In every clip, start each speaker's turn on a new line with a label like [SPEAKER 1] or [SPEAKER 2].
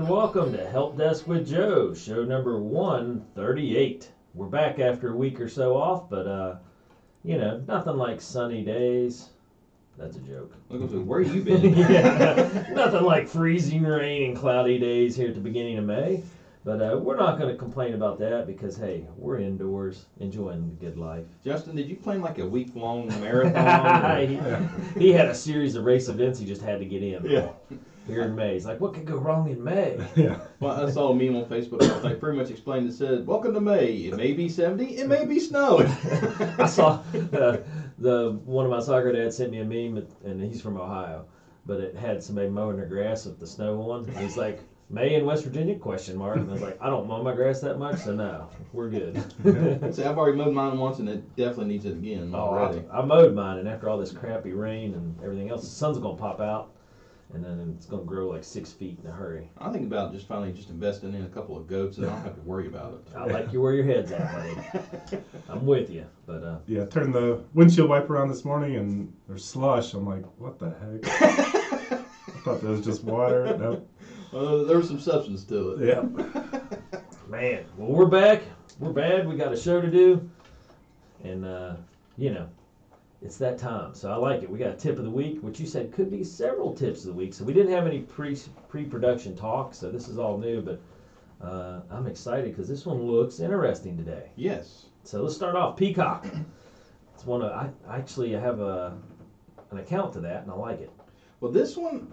[SPEAKER 1] Welcome to Help Desk with Joe, show number 138. We're back after a week or so off, but uh, you know, nothing like sunny days. That's a joke.
[SPEAKER 2] Look, I was like, where you been?
[SPEAKER 1] yeah, nothing like freezing rain and cloudy days here at the beginning of May. But uh, we're not going to complain about that because hey, we're indoors enjoying the good life.
[SPEAKER 2] Justin, did you plan like a week long marathon?
[SPEAKER 1] he, he had a series of race events he just had to get in
[SPEAKER 3] Yeah.
[SPEAKER 1] here in May. He's like, what could go wrong in May?
[SPEAKER 3] Yeah.
[SPEAKER 2] well, I saw a meme on Facebook that they pretty much explained it said, Welcome to May. It may be 70, it may be snowing.
[SPEAKER 1] I saw uh, the one of my soccer dads sent me a meme, and he's from Ohio, but it had somebody mowing their grass with the snow on. And he's like, "May in West Virginia?" Question mark. And I was like, "I don't mow my grass that much, so no, we're good."
[SPEAKER 2] See, I've already mowed mine once and it definitely needs it again already.
[SPEAKER 1] oh, I, I mowed mine, and after all this crappy rain and everything else, the sun's gonna pop out, and then it's gonna grow like six feet in a hurry.
[SPEAKER 2] I think about just finally just investing in a couple of goats and I don't have to worry about it.
[SPEAKER 1] I like you where your head's at, buddy. I'm with you, but uh,
[SPEAKER 3] Yeah. Turned the windshield wiper on this morning and there's slush. I'm like, what the heck? I thought that was just water. Nope.
[SPEAKER 2] Uh, there was some substance to it.
[SPEAKER 3] Yeah.
[SPEAKER 1] Man, well, we're back. We're bad. We got a show to do. And, uh, you know, it's that time. So I like it. We got a tip of the week, which you said could be several tips of the week. So we didn't have any pre pre production talk. So this is all new. But uh, I'm excited because this one looks interesting today.
[SPEAKER 2] Yes.
[SPEAKER 1] So let's start off Peacock. It's one of, I I actually have a, an account to that and I like it.
[SPEAKER 2] Well, this one,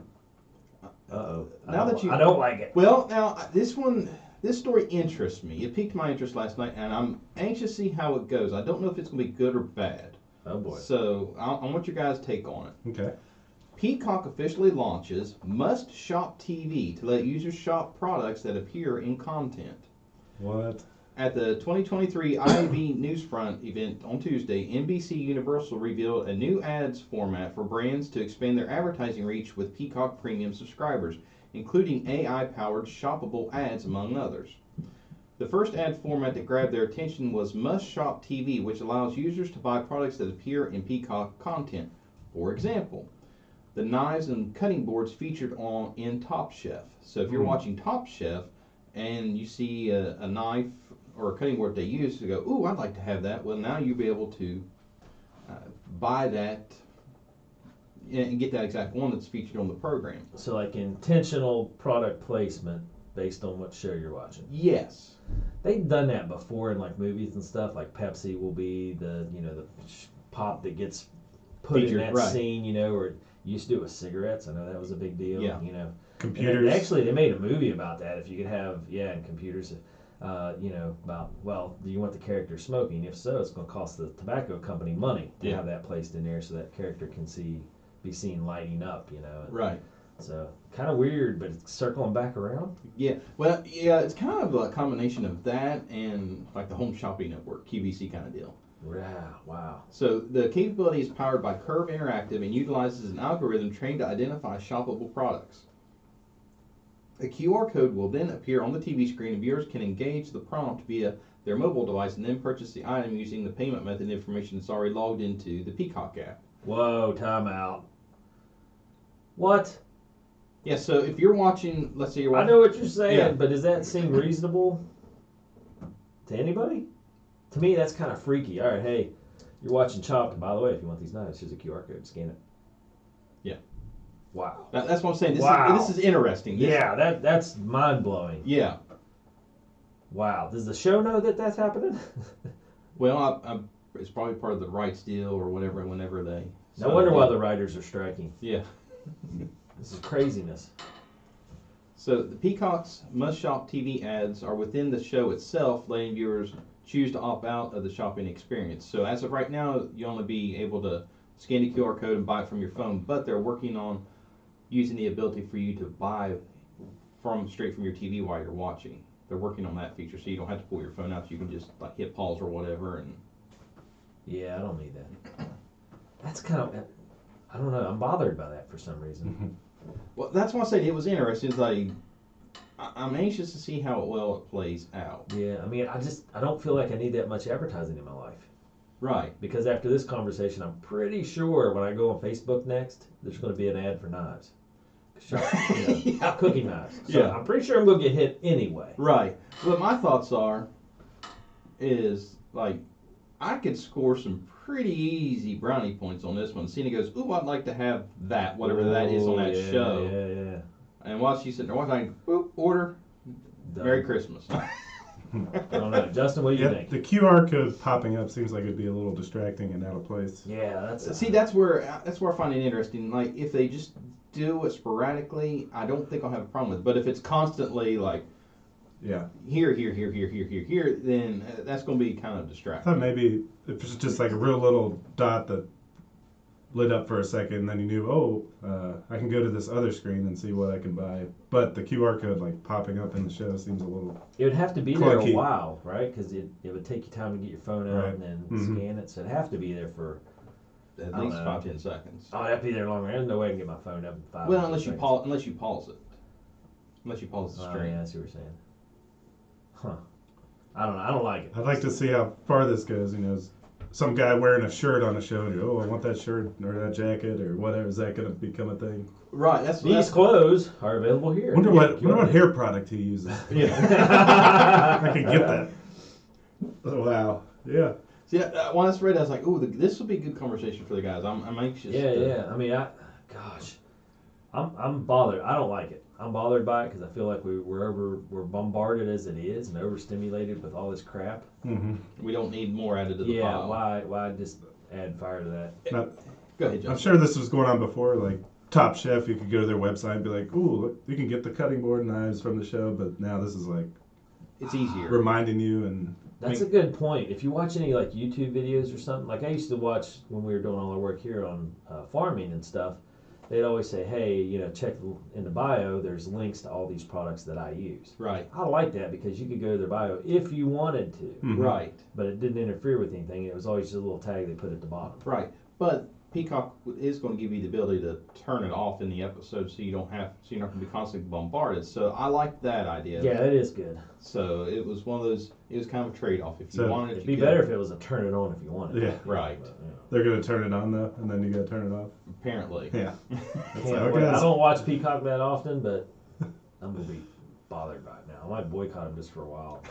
[SPEAKER 1] Uh oh.
[SPEAKER 2] Now that you-
[SPEAKER 1] I don't like it.
[SPEAKER 2] well, now, I- this one, this story interests me. It piqued my interest last night and I'm anxious to see how it goes. I don't know if it's going to be good or bad.
[SPEAKER 1] Oh, boy.
[SPEAKER 2] So I, I want your guys' take on it.
[SPEAKER 3] Okay.
[SPEAKER 2] Peacock officially launches Must Shop TV to let users shop products that appear in content.
[SPEAKER 3] What?
[SPEAKER 2] At the 2023 IAB Newsfront event on Tuesday, NBC Universal revealed a new ads format for brands to expand their advertising reach with Peacock Premium subscribers, including AI powered shoppable ads, among others. The first ad format that grabbed their attention was Must Shop TV, which allows users to buy products that appear in Peacock content. For example, the knives and cutting boards featured on in Top Chef. So if you're
[SPEAKER 3] Hmm.
[SPEAKER 2] watching Top Chef and you see a, a knife or a cutting board they use to go, ooh, I'd like to have that. Well, now you'll be able to uh, buy that and get that exact one that's featured on the program.
[SPEAKER 1] So, like intentional product placement based on what show you're watching.
[SPEAKER 2] Yes.
[SPEAKER 1] They've done that before in like movies and stuff. Like Pepsi will be the you know the sh- pop that gets put
[SPEAKER 2] Featured,
[SPEAKER 1] in that
[SPEAKER 2] right.
[SPEAKER 1] scene. You know, or you used to do with cigarettes. I know that was a big deal.
[SPEAKER 2] Yeah.
[SPEAKER 1] You know, And they-
[SPEAKER 3] Computers.
[SPEAKER 1] actually, they made a movie about that. If you could have yeah, and computers. Uh, you know about well, do you want the character smoking? If so, it's going to cost the tobacco company money to
[SPEAKER 2] Yeah.
[SPEAKER 1] have that placed in there so that character can see be seen lighting up. You know,
[SPEAKER 2] Right.
[SPEAKER 1] so kind of weird, but it's circling back around.
[SPEAKER 2] Yeah, well, yeah, it's kind of a combination of that and like the Home Shopping Network, QVC kind of deal.
[SPEAKER 1] Wow, wow.
[SPEAKER 2] So the capability is powered by Curve Interactive and utilizes an algorithm trained to identify shoppable products. A QR code will then appear on the TV screen, and viewers can engage the prompt via their mobile device and then purchase the item using the payment method information that's already logged into the Peacock app.
[SPEAKER 1] Whoa, timeout. What?
[SPEAKER 2] Yeah, so if you're watching, let's say you're
[SPEAKER 1] I
[SPEAKER 2] watching.
[SPEAKER 1] know what you're saying,
[SPEAKER 2] Yeah.
[SPEAKER 1] but does that seem reasonable to anybody? To me, that's kind of freaky. All right, hey, you're watching Chopped, and by the way, if you want these knives, here's a QR code. Scan it.
[SPEAKER 2] Yeah.
[SPEAKER 1] Wow.
[SPEAKER 2] That- that's what I'm saying. This,
[SPEAKER 1] Wow.
[SPEAKER 2] is, this is interesting. This-
[SPEAKER 1] Yeah, that that's mind blowing.
[SPEAKER 2] Yeah.
[SPEAKER 1] Wow. Does the show know that that's happening?
[SPEAKER 2] Well, I, I, it's probably part of the rights deal or whatever. Whenever they.
[SPEAKER 1] no wonder why the writers are striking.
[SPEAKER 2] Yeah.
[SPEAKER 1] This is craziness.
[SPEAKER 2] So the Peacock's Must Shop TV ads are within the show itself, letting viewers choose to opt out of the shopping experience. So as of right now, you only be able to scan the QR code and buy it from your phone, but they're working on using the ability for you to buy from straight from your TV while you're watching. They're working on that feature, so you don't have to pull your phone out. You can just like hit pause or whatever, and
[SPEAKER 1] Yeah, I don't need that. That's kind of. I don't know. I'm bothered by that for some reason.
[SPEAKER 2] Well, that's why I said it was interesting. It's like, I- I'm anxious to see how well it plays out.
[SPEAKER 1] Yeah, I mean, I just I don't feel like I need that much advertising in my life
[SPEAKER 2] Right.
[SPEAKER 1] because after this conversation, I'm pretty sure when I go on Facebook next, there's going to be an ad for knives. sharp, you know,
[SPEAKER 2] yeah.
[SPEAKER 1] cookie knives. So
[SPEAKER 2] Yeah.
[SPEAKER 1] I'm pretty sure I'm gonna get hit anyway.
[SPEAKER 2] Right. But my thoughts are, is like, I could score some pretty easy brownie points on this one. Cena goes, "Ooh, I'd like to have that, whatever that is on
[SPEAKER 1] Oh,
[SPEAKER 2] that
[SPEAKER 1] yeah,
[SPEAKER 2] show."
[SPEAKER 1] Yeah, yeah.
[SPEAKER 2] And while she's sitting there, one time, "Oop, order,
[SPEAKER 1] Done.
[SPEAKER 2] Merry Christmas."
[SPEAKER 1] I don't know, Justin. What do you
[SPEAKER 3] Yeah,
[SPEAKER 1] think?
[SPEAKER 3] the QR code popping up seems like it'd be a little distracting and out of place.
[SPEAKER 1] Yeah, that's
[SPEAKER 2] See, that's where that's where I find it interesting. Like, if they just do it sporadically, I don't think I'll have a problem with. it. But if it's constantly like
[SPEAKER 3] Yeah.
[SPEAKER 2] here, here, here, here, here, here, here, then uh, that's going to be kind of
[SPEAKER 3] I
[SPEAKER 2] distracting.
[SPEAKER 3] thought maybe if it's just like a real little dot that lit up for a second, and then you knew, oh, uh, I can go to this other screen and see what I can buy. But the QR code like popping up in the show seems a little.
[SPEAKER 1] it. Would have to be there a
[SPEAKER 3] Clunky.
[SPEAKER 1] while, right? Because it, it would take you time to get your phone out
[SPEAKER 3] Right.
[SPEAKER 1] and then
[SPEAKER 3] Mhm.
[SPEAKER 1] scan it. So it'd have to be there for.
[SPEAKER 2] At
[SPEAKER 1] I don't
[SPEAKER 2] least
[SPEAKER 1] know.
[SPEAKER 2] five ten seconds.
[SPEAKER 1] Oh, it'd have to be there longer. There's no way Uh, I can get my phone up in five.
[SPEAKER 2] Well,
[SPEAKER 1] or
[SPEAKER 2] unless
[SPEAKER 1] six
[SPEAKER 2] you
[SPEAKER 1] seconds.
[SPEAKER 2] pause, unless you pause it, unless you pause the
[SPEAKER 1] Oh,
[SPEAKER 2] stream.
[SPEAKER 1] yeah, I see what you're saying. Huh. I don't know. I don't like it.
[SPEAKER 3] I'd like to see how far this goes. You know, s- some guy wearing a shirt on a show, and you oh, I want that shirt or that jacket or whatever. Is that going to become a thing?
[SPEAKER 2] Right. That's
[SPEAKER 1] These
[SPEAKER 2] that's
[SPEAKER 1] clothes are available here.
[SPEAKER 3] Wonder
[SPEAKER 1] Yeah,
[SPEAKER 3] what
[SPEAKER 1] you
[SPEAKER 3] wonder what
[SPEAKER 1] want-
[SPEAKER 3] hair product he uses.
[SPEAKER 2] Yeah.
[SPEAKER 3] I could get that. Oh, wow. Yeah.
[SPEAKER 2] See, uh, when I read, it, I was like, "Ooh, the, this would be good conversation for the guys." I'm, I'm anxious.
[SPEAKER 1] Yeah,
[SPEAKER 2] to-
[SPEAKER 1] yeah. I mean, I, gosh, I'm I'm bothered. I don't like it. I'm bothered by it because I feel like we we're over we're bombarded as it is and overstimulated with all this crap.
[SPEAKER 3] hmm
[SPEAKER 2] We don't need more added to the
[SPEAKER 1] Yeah,
[SPEAKER 2] pile.
[SPEAKER 1] why why just add fire to that?
[SPEAKER 2] Go ahead,
[SPEAKER 3] I'm
[SPEAKER 2] Justin.
[SPEAKER 3] sure this was going on before, like Top Chef. You could go to their website and be like, "Ooh, look, you can get the cutting board knives from the show." But now this is like
[SPEAKER 2] It's easier.
[SPEAKER 3] reminding you, and
[SPEAKER 1] That's a good point. If you watch any like YouTube videos or something, like I used to watch when we were doing all our work here on uh, farming and stuff, they'd always say, "Hey, you know, check in the bio. There's links to all these products that I use."
[SPEAKER 2] Right.
[SPEAKER 1] I like that because you could go to their bio if you wanted to.
[SPEAKER 3] Mhm.
[SPEAKER 2] Right.
[SPEAKER 1] but it didn't interfere with anything. It was always just a little tag they put at the bottom.
[SPEAKER 2] Right. But Peacock is going to give you the ability to turn it off in the episode, so you don't have, so you're not going to be constantly bombarded. So I like that idea.
[SPEAKER 1] Yeah, that is good.
[SPEAKER 2] So it was one of those. It was kind of a trade off. If you
[SPEAKER 3] So-
[SPEAKER 2] wanted,
[SPEAKER 1] It'd
[SPEAKER 2] you
[SPEAKER 1] be
[SPEAKER 2] could.
[SPEAKER 1] better if it was a turn it on if you wanted.
[SPEAKER 3] Yeah.
[SPEAKER 2] Right.
[SPEAKER 1] But, yeah.
[SPEAKER 3] they're gonna turn it on though, and then you gotta turn it off.
[SPEAKER 2] Apparently.
[SPEAKER 3] Yeah, that's
[SPEAKER 1] Can't
[SPEAKER 3] how it
[SPEAKER 1] wait. I
[SPEAKER 3] goes.
[SPEAKER 1] don't watch Peacock that often, but I'm gonna be bothered right now. I might boycott him just for a while,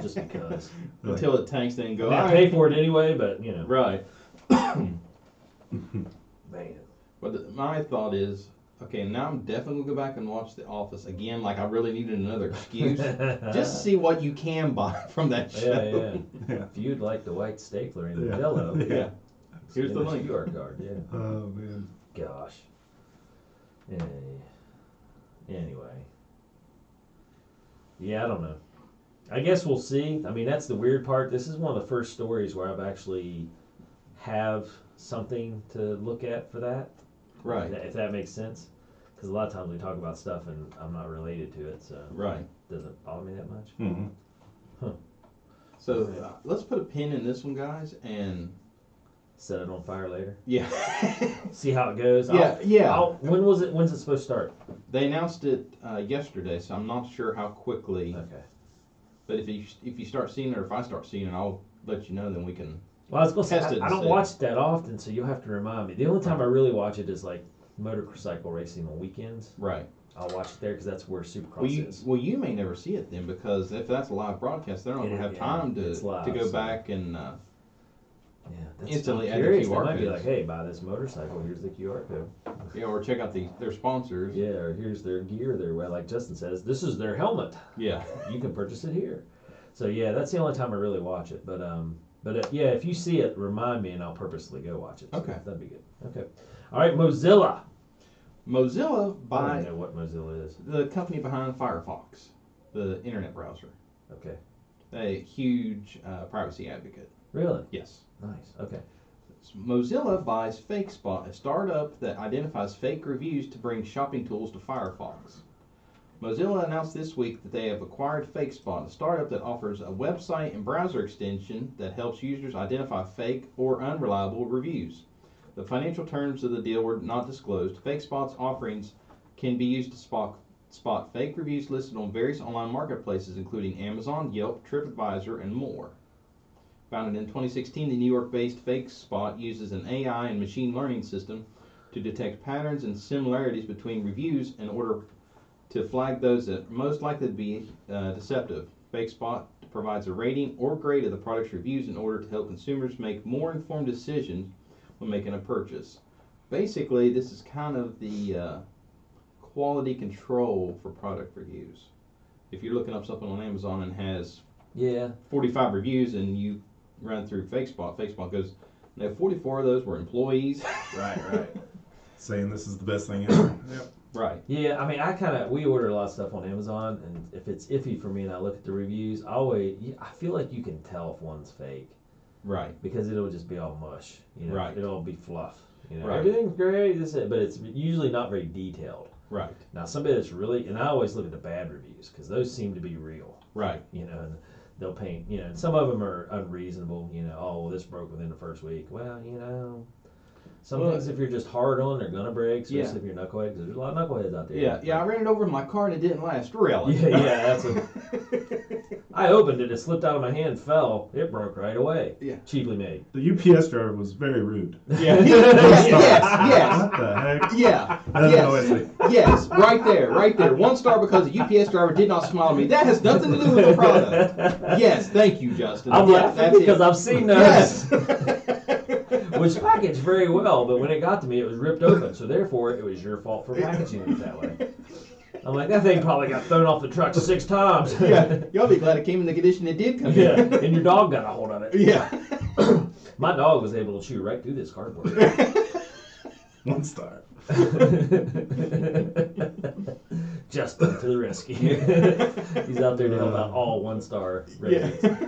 [SPEAKER 1] just because.
[SPEAKER 2] Until it tanks, then
[SPEAKER 1] I,
[SPEAKER 2] go.
[SPEAKER 1] mean, I
[SPEAKER 2] "All
[SPEAKER 1] pay for it anyway, but you know,
[SPEAKER 2] Right.
[SPEAKER 1] man,
[SPEAKER 2] But th- my thought is, okay, now I'm definitely gonna go back and watch The Office again. Like I really needed another excuse, just to see what you can buy from that
[SPEAKER 1] yeah,
[SPEAKER 2] show.
[SPEAKER 1] yeah.
[SPEAKER 3] Yeah.
[SPEAKER 1] If you'd like the white stapler in the
[SPEAKER 3] Yeah.
[SPEAKER 1] Jello,
[SPEAKER 3] Yeah.
[SPEAKER 1] it's
[SPEAKER 2] Here's
[SPEAKER 1] in
[SPEAKER 2] the
[SPEAKER 1] this
[SPEAKER 2] link.
[SPEAKER 1] QR card. Yeah.
[SPEAKER 3] Oh man,
[SPEAKER 1] Gosh. Eh, Anyway. Yeah, I don't know. I guess we'll see. I mean, that's the weird part. This is one of the first stories where I've actually have something to look at for that, if
[SPEAKER 2] Right.
[SPEAKER 1] that- if that makes sense. Because a lot of times we talk about stuff and I'm not related to it, so
[SPEAKER 2] Right.
[SPEAKER 1] it doesn't bother me that much.
[SPEAKER 3] hmm
[SPEAKER 2] So uh, let's put a pin in this one, guys, and
[SPEAKER 1] Set it on fire later.
[SPEAKER 2] yeah,
[SPEAKER 1] See how it goes. I'll-
[SPEAKER 2] yeah, yeah.
[SPEAKER 1] I'll- when was it? When's it supposed to start?
[SPEAKER 2] They announced it uh, yesterday, so I'm not sure how quickly.
[SPEAKER 1] Okay.
[SPEAKER 2] But if you if you start seeing it, or if I start seeing it, I'll let you know. Then we can.
[SPEAKER 1] Well, I was gonna say
[SPEAKER 2] Test it
[SPEAKER 1] I, I
[SPEAKER 2] and
[SPEAKER 1] don't
[SPEAKER 2] see.
[SPEAKER 1] watch it that often, so you'll have to remind me. The only time I really watch it is like motorcycle racing on weekends.
[SPEAKER 2] Right.
[SPEAKER 1] I'll watch it there because that's where Supercross
[SPEAKER 2] Well, you,
[SPEAKER 1] is.
[SPEAKER 2] well, you may never see it then because if that's a live broadcast, they're not
[SPEAKER 1] It
[SPEAKER 2] going to
[SPEAKER 1] is,
[SPEAKER 2] have
[SPEAKER 1] yeah.
[SPEAKER 2] time to
[SPEAKER 1] It's live,
[SPEAKER 2] to go
[SPEAKER 1] so-
[SPEAKER 2] back and. Uh,
[SPEAKER 1] Yeah, that's
[SPEAKER 2] instantly
[SPEAKER 1] I'm
[SPEAKER 2] add the
[SPEAKER 1] curious. They
[SPEAKER 2] QR
[SPEAKER 1] might be
[SPEAKER 2] codes.
[SPEAKER 1] like, hey, buy this motorcycle. Here's the QR code.
[SPEAKER 2] Yeah, or check out the, their sponsors.
[SPEAKER 1] Yeah, or here's their gear. Their well, like Justin says, this is their helmet.
[SPEAKER 2] Yeah.
[SPEAKER 1] You can purchase it here. So yeah, that's the only time I really watch it. But um, but uh, yeah, if you see it, remind me, and I'll purposely go watch it. So
[SPEAKER 2] Okay.
[SPEAKER 1] that'd be good. Okay. All right, Mozilla.
[SPEAKER 2] Mozilla
[SPEAKER 1] I don't
[SPEAKER 2] by
[SPEAKER 1] even know what Mozilla is.
[SPEAKER 2] the company behind Firefox, the internet browser.
[SPEAKER 1] Okay.
[SPEAKER 2] A huge uh, privacy advocate.
[SPEAKER 1] Really
[SPEAKER 2] Yes.
[SPEAKER 1] nice. Okay.
[SPEAKER 2] Mozilla buys FakeSpot, a startup that identifies fake reviews to bring shopping tools to Firefox. Mozilla announced this week that they have acquired FakeSpot, a startup that offers a website and browser extension that helps users identify fake or unreliable reviews. The financial terms of the deal were not disclosed. FakeSpot's offerings can be used to spot, spot fake reviews listed on various online marketplaces, including Amazon, Yelp, TripAdvisor, and more. Founded in 2016, the New York based Fake Spot uses an AI and machine learning system to detect patterns and similarities between reviews in order to flag those that are most likely to be uh, deceptive. BakeSpot provides a rating or grade of the product's reviews in order to help consumers make more informed decisions when making a purchase. Basically, this is kind of the uh, quality control for product reviews. If you're looking up something on Amazon and has
[SPEAKER 1] Yeah.
[SPEAKER 2] 45 reviews and you run through FakeSpot, FakeSpot goes, no, 44 of those were employees.
[SPEAKER 3] Right, right. Saying this is the best thing ever. yep.
[SPEAKER 2] right.
[SPEAKER 1] Yeah, I mean, I kind of we order a lot of stuff on Amazon, and if it's iffy for me and I look at the reviews, I always yeah, I feel like you can tell if one's fake
[SPEAKER 2] Right.
[SPEAKER 1] because it'll just be all mush, you know.
[SPEAKER 2] Right.
[SPEAKER 1] It'll be fluff. You know,
[SPEAKER 2] Right.
[SPEAKER 1] everything's great, this, is it, but it's usually not very detailed.
[SPEAKER 2] Right.
[SPEAKER 1] Now, somebody that's really and I always look at the bad reviews because those seem to be real,
[SPEAKER 2] Right.
[SPEAKER 1] you know. And they'll paint, you know, and some of them are unreasonable, you know. Oh, well, this broke within the first week. Well, you know. Some
[SPEAKER 2] Well,
[SPEAKER 1] things, if you're just hard on, they're gonna break. Especially
[SPEAKER 2] Yeah.
[SPEAKER 1] if you're a knucklehead, 'cause there's a lot of knuckleheads out there.
[SPEAKER 2] Yeah. Yeah. I ran it over in my car and it didn't last. Really?
[SPEAKER 1] Yeah, yeah, that's a- I opened it, it slipped out of my hand, fell, it broke right away.
[SPEAKER 2] Yeah.
[SPEAKER 1] Cheaply made.
[SPEAKER 3] The UPS driver was very rude.
[SPEAKER 2] Yeah.
[SPEAKER 3] Those
[SPEAKER 2] yes,
[SPEAKER 3] stars.
[SPEAKER 2] yes,
[SPEAKER 3] What the heck?
[SPEAKER 2] yes. Yeah.
[SPEAKER 3] That's always
[SPEAKER 2] Yes.
[SPEAKER 3] like,
[SPEAKER 2] Yes. Right there. Right there. One star because the UPS driver did not smile at me. That has nothing to do with the product. Yes. Thank you, Justin.
[SPEAKER 1] I'm
[SPEAKER 2] Yeah,
[SPEAKER 1] laughing
[SPEAKER 2] that's
[SPEAKER 1] because
[SPEAKER 2] it.
[SPEAKER 1] I've seen those,
[SPEAKER 2] Yes.
[SPEAKER 1] which packaged very well, but when it got to me, it was ripped open. So therefore, it was your fault for packaging it that way. I'm like, that thing probably got thrown off the truck six times.
[SPEAKER 2] yeah. Y'all be glad it came in the condition it did come
[SPEAKER 1] Yeah,
[SPEAKER 2] in.
[SPEAKER 1] and your dog got a hold of it.
[SPEAKER 2] Yeah.
[SPEAKER 1] My dog was able to chew right through this cardboard.
[SPEAKER 3] one star.
[SPEAKER 1] Justin to the rescue. He's out there to help out all one star ratings.
[SPEAKER 2] Yeah.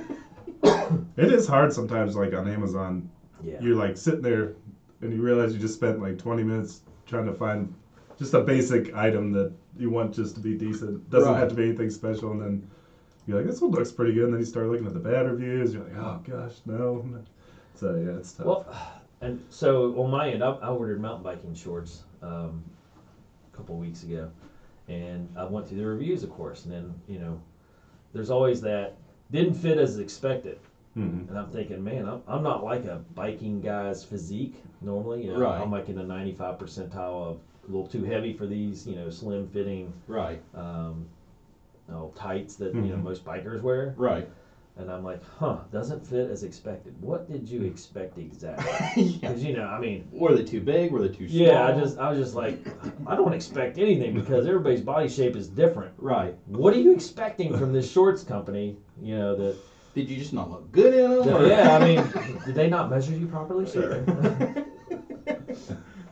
[SPEAKER 3] It is hard sometimes, like on Amazon,
[SPEAKER 1] Yeah.
[SPEAKER 3] you're like sitting there and you realize you just spent like 20 minutes trying to find just a basic item that you want just to be decent. Doesn't
[SPEAKER 2] Right.
[SPEAKER 3] have to be anything special. And then you're like, this one looks pretty good. And then you start looking at the bad reviews. You're like, oh gosh, no. So yeah, it's tough.
[SPEAKER 1] Well, and so on my end, I, I ordered mountain biking shorts um, a couple weeks ago, and I went through the reviews, of course, and then you know, there's always that didn't fit as expected,
[SPEAKER 3] Mhm.
[SPEAKER 1] and I'm thinking, man, I'm, I'm not like a biking guy's physique normally. You know,
[SPEAKER 2] Right.
[SPEAKER 1] I'm like in the 95 percentile of a little too heavy for these, you know, slim fitting
[SPEAKER 2] Right.
[SPEAKER 1] um, you know, tights that you know
[SPEAKER 3] Mhm.
[SPEAKER 2] Mm-hmm.
[SPEAKER 1] most bikers wear.
[SPEAKER 2] Right.
[SPEAKER 1] And I'm like, huh, doesn't fit as expected. What did you expect exactly?
[SPEAKER 2] yeah.
[SPEAKER 1] Because you know, I mean,
[SPEAKER 2] Were they too big? Were they too small?
[SPEAKER 1] yeah, I just, I was just like, I don't expect anything because everybody's body shape is different.
[SPEAKER 2] Right.
[SPEAKER 1] What are you expecting from this shorts company? You know that.
[SPEAKER 2] Did you just not look good in them?
[SPEAKER 1] that- yeah, I mean, did they not measure you properly? Sure.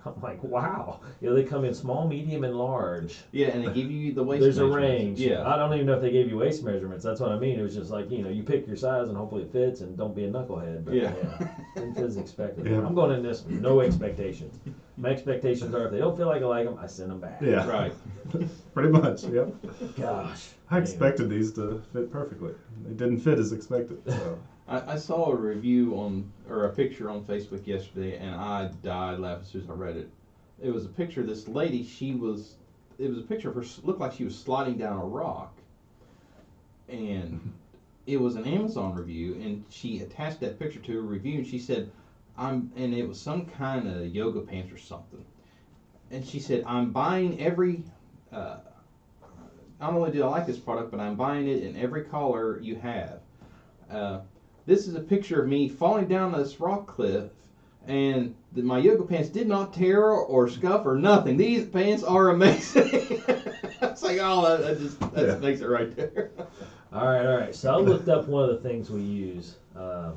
[SPEAKER 1] I'm like, wow. You know, they come in small, medium, and large.
[SPEAKER 2] Yeah, and they give you the waist.
[SPEAKER 1] There's a
[SPEAKER 2] measurements.
[SPEAKER 1] range.
[SPEAKER 2] Yeah.
[SPEAKER 1] I don't even know if they gave you waist measurements. That's what I mean. It was just like, you know, you pick your size and hopefully it fits and don't be a knucklehead. But
[SPEAKER 2] Yeah.
[SPEAKER 1] yeah. didn't fit as expected.
[SPEAKER 3] Yeah.
[SPEAKER 1] I'm going in this with no expectations. My expectations are if they don't feel like I like them, I send them back.
[SPEAKER 3] yeah,
[SPEAKER 2] Right.
[SPEAKER 3] pretty much. Yep.
[SPEAKER 1] Gosh.
[SPEAKER 3] I expected these to fit perfectly. They didn't fit as expected. So
[SPEAKER 2] I, I saw a review on or a picture on Facebook yesterday, and I died laughing as soon as I read it. It was a picture of this lady. She was. It was a picture of her. Looked like she was sliding down a rock, and it was an Amazon review. And she attached that picture to her review, and she said, "I'm." And it was some kind of yoga pants or something. And she said, "I'm buying every." Uh, not only do I like this product, but I'm buying it in every color you have. Uh, this is a picture of me falling down this rock cliff, and th- my yoga pants did not tear or scuff or nothing. These pants are amazing. it's like, oh, that, that just that
[SPEAKER 3] Yeah.
[SPEAKER 2] makes it right there.
[SPEAKER 1] All right, all right. So I looked up one of the things we use, um,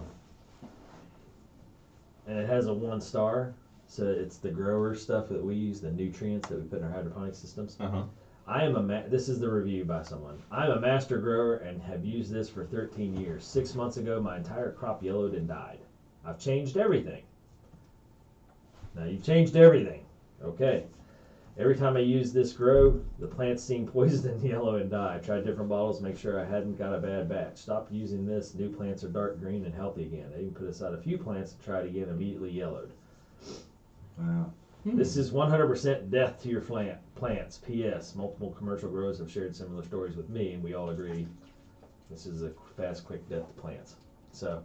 [SPEAKER 1] and it has a one star. So it's the grower stuff that we use, the nutrients that we put in our hydroponic systems.
[SPEAKER 2] Uh huh.
[SPEAKER 1] I am a ma- this is the review by someone. I'm a master grower and have used this for 13 years. Six months ago, my entire crop yellowed and died. I've changed everything. Now you've changed everything. Okay. Every time I use this grow, the plants seem poisoned and yellow and die. I tried different bottles, make sure I hadn't got a bad batch. Stopped using this. New plants are dark green and healthy again. I even put aside a few plants and tried again, immediately yellowed.
[SPEAKER 3] wow.
[SPEAKER 1] This is 100% death to your plant, plants. P.S. Multiple commercial growers have shared similar stories with me, and we all agree this is a fast, quick death to plants. So,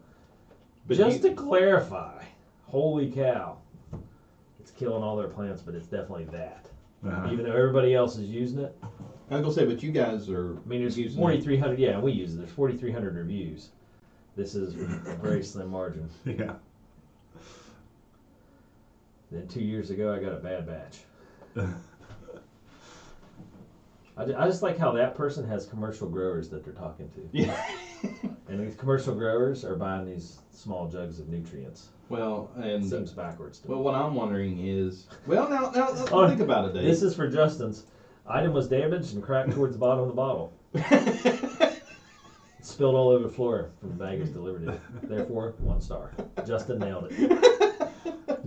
[SPEAKER 2] But
[SPEAKER 1] just
[SPEAKER 2] you-
[SPEAKER 1] to clarify, holy cow. it's killing all their plants, but it's definitely that.
[SPEAKER 3] Uh-huh.
[SPEAKER 1] Even though everybody else is using it,
[SPEAKER 2] I was gonna say, but you guys are.
[SPEAKER 1] I mean, there's
[SPEAKER 2] Using it.
[SPEAKER 1] 4,300. Yeah, we use it. There's 4,300 reviews. This is a very slim margin.
[SPEAKER 3] Yeah.
[SPEAKER 1] Then two years ago, I got a bad batch. I, ju- I just like how that person has commercial growers that they're talking to,
[SPEAKER 2] Yeah.
[SPEAKER 1] and these commercial growers are buying these small jugs of nutrients.
[SPEAKER 2] Well, and
[SPEAKER 1] Seems backwards to me.
[SPEAKER 2] well, what I'm wondering is, well, now now let's
[SPEAKER 1] Oh,
[SPEAKER 2] think about it, Dave.
[SPEAKER 1] This is for Justin's. Item was damaged and cracked towards the bottom of the bottle. It spilled all over the floor from the bag it was delivered in. Therefore, one star. Justin nailed it.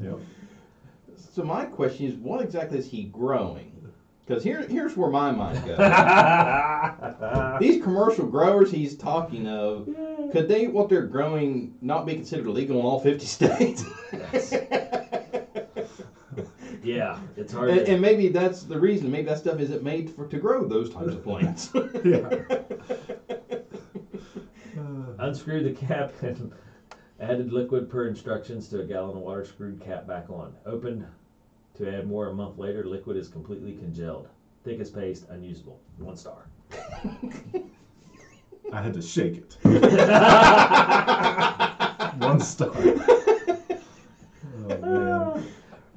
[SPEAKER 3] Yep.
[SPEAKER 2] so my question is, what exactly is he growing? Because here here's where my mind goes.
[SPEAKER 1] yeah.
[SPEAKER 2] These commercial growers he's talking of, could they what they're growing not be considered illegal in all 50 states?
[SPEAKER 1] yeah, it's hard.
[SPEAKER 2] and,
[SPEAKER 1] to,
[SPEAKER 2] and maybe that's the reason. Maybe that stuff isn't made for to grow those types of plants.
[SPEAKER 3] Yeah. Uh,
[SPEAKER 1] unscrewed the cap and added liquid per instructions to a gallon of water. Screwed cap back on. Opened to add more a month later. Liquid is completely congealed. Thick as paste. Unusable. One star.
[SPEAKER 3] I had to shake it. One star. Oh, man.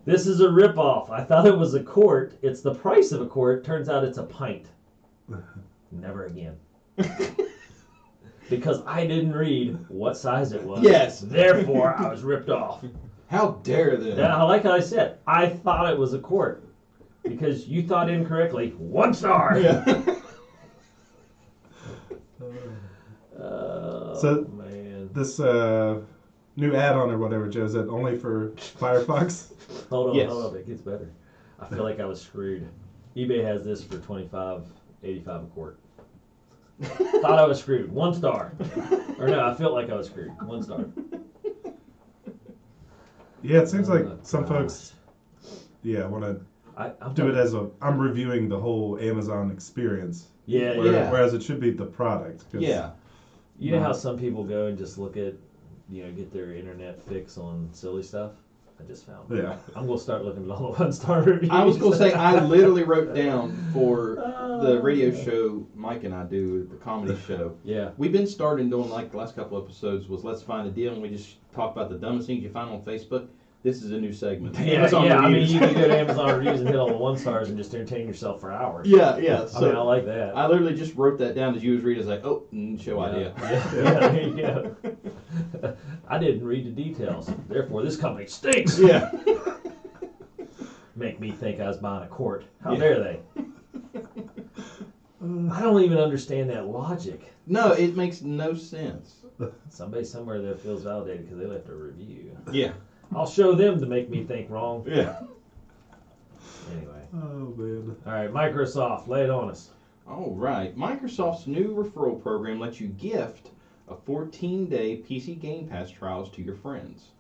[SPEAKER 1] This is a ripoff. I thought it was a quart. It's the price of a quart. Turns out it's a pint. Never again. because I didn't read what size it was.
[SPEAKER 2] Yes.
[SPEAKER 1] Therefore, I was ripped off.
[SPEAKER 2] How dare them?
[SPEAKER 1] Now, I like how I said, I thought it was a quart. Because you thought incorrectly. One star.
[SPEAKER 2] Yeah.
[SPEAKER 1] Oh,
[SPEAKER 3] So-
[SPEAKER 1] man.
[SPEAKER 3] This uh, new add-on or whatever, Joe, is it only for Firefox?
[SPEAKER 1] Hold on,
[SPEAKER 2] Yes.
[SPEAKER 1] hold on. It gets better. I feel like I was screwed. eBay has this for twenty five, eighty five a quart. Thought I was screwed. One star. Or no, I felt like I was screwed. One star.
[SPEAKER 3] Yeah, it seems like
[SPEAKER 1] Oh,
[SPEAKER 3] some
[SPEAKER 1] gosh.
[SPEAKER 3] folks, yeah, want to
[SPEAKER 1] I, I'm
[SPEAKER 3] do it
[SPEAKER 1] like-
[SPEAKER 3] as a. I'm reviewing the whole Amazon experience,
[SPEAKER 1] Yeah,
[SPEAKER 3] where-
[SPEAKER 1] yeah.
[SPEAKER 2] Yeah.
[SPEAKER 3] whereas it should be the product. 'cause-
[SPEAKER 2] yeah.
[SPEAKER 1] You know how some people go and just look at, you know, get their internet fix on silly stuff. I just found. it.
[SPEAKER 3] Yeah.
[SPEAKER 1] I'm gonna start looking at all the one star reviews.
[SPEAKER 2] I was gonna say I literally wrote down for the radio show Mike and I do the comedy show.
[SPEAKER 1] Yeah.
[SPEAKER 2] We've been starting doing like the last couple episodes was let's find a deal and we just talk about the dumbest things you find on Facebook. This is a new segment.
[SPEAKER 1] Yeah,
[SPEAKER 2] Amazon
[SPEAKER 1] yeah. I mean,
[SPEAKER 2] reviews.
[SPEAKER 1] you can go to Amazon reviews and hit all the one stars and just entertain yourself for hours.
[SPEAKER 2] yeah, yeah.
[SPEAKER 1] I mean, I
[SPEAKER 2] So
[SPEAKER 1] like that.
[SPEAKER 2] I literally just wrote that down as you was reading. I was like, oh, mm, show idea.
[SPEAKER 1] Yeah, yeah, there you go. I didn't read the details. Therefore, this company stinks.
[SPEAKER 2] Yeah.
[SPEAKER 1] Make me think I was buying a court. How
[SPEAKER 2] Yeah.
[SPEAKER 1] dare they? I don't even understand that logic.
[SPEAKER 2] No, it makes no sense.
[SPEAKER 1] Somebody somewhere there feels validated because they left a review.
[SPEAKER 2] Yeah.
[SPEAKER 1] I'll show them to make me think wrong.
[SPEAKER 2] Yeah.
[SPEAKER 1] Anyway.
[SPEAKER 3] Oh man.
[SPEAKER 1] All right, Microsoft, lay it on us.
[SPEAKER 2] All right. Microsoft's new referral program lets you gift a 14-day PC Game Pass trials to your friends.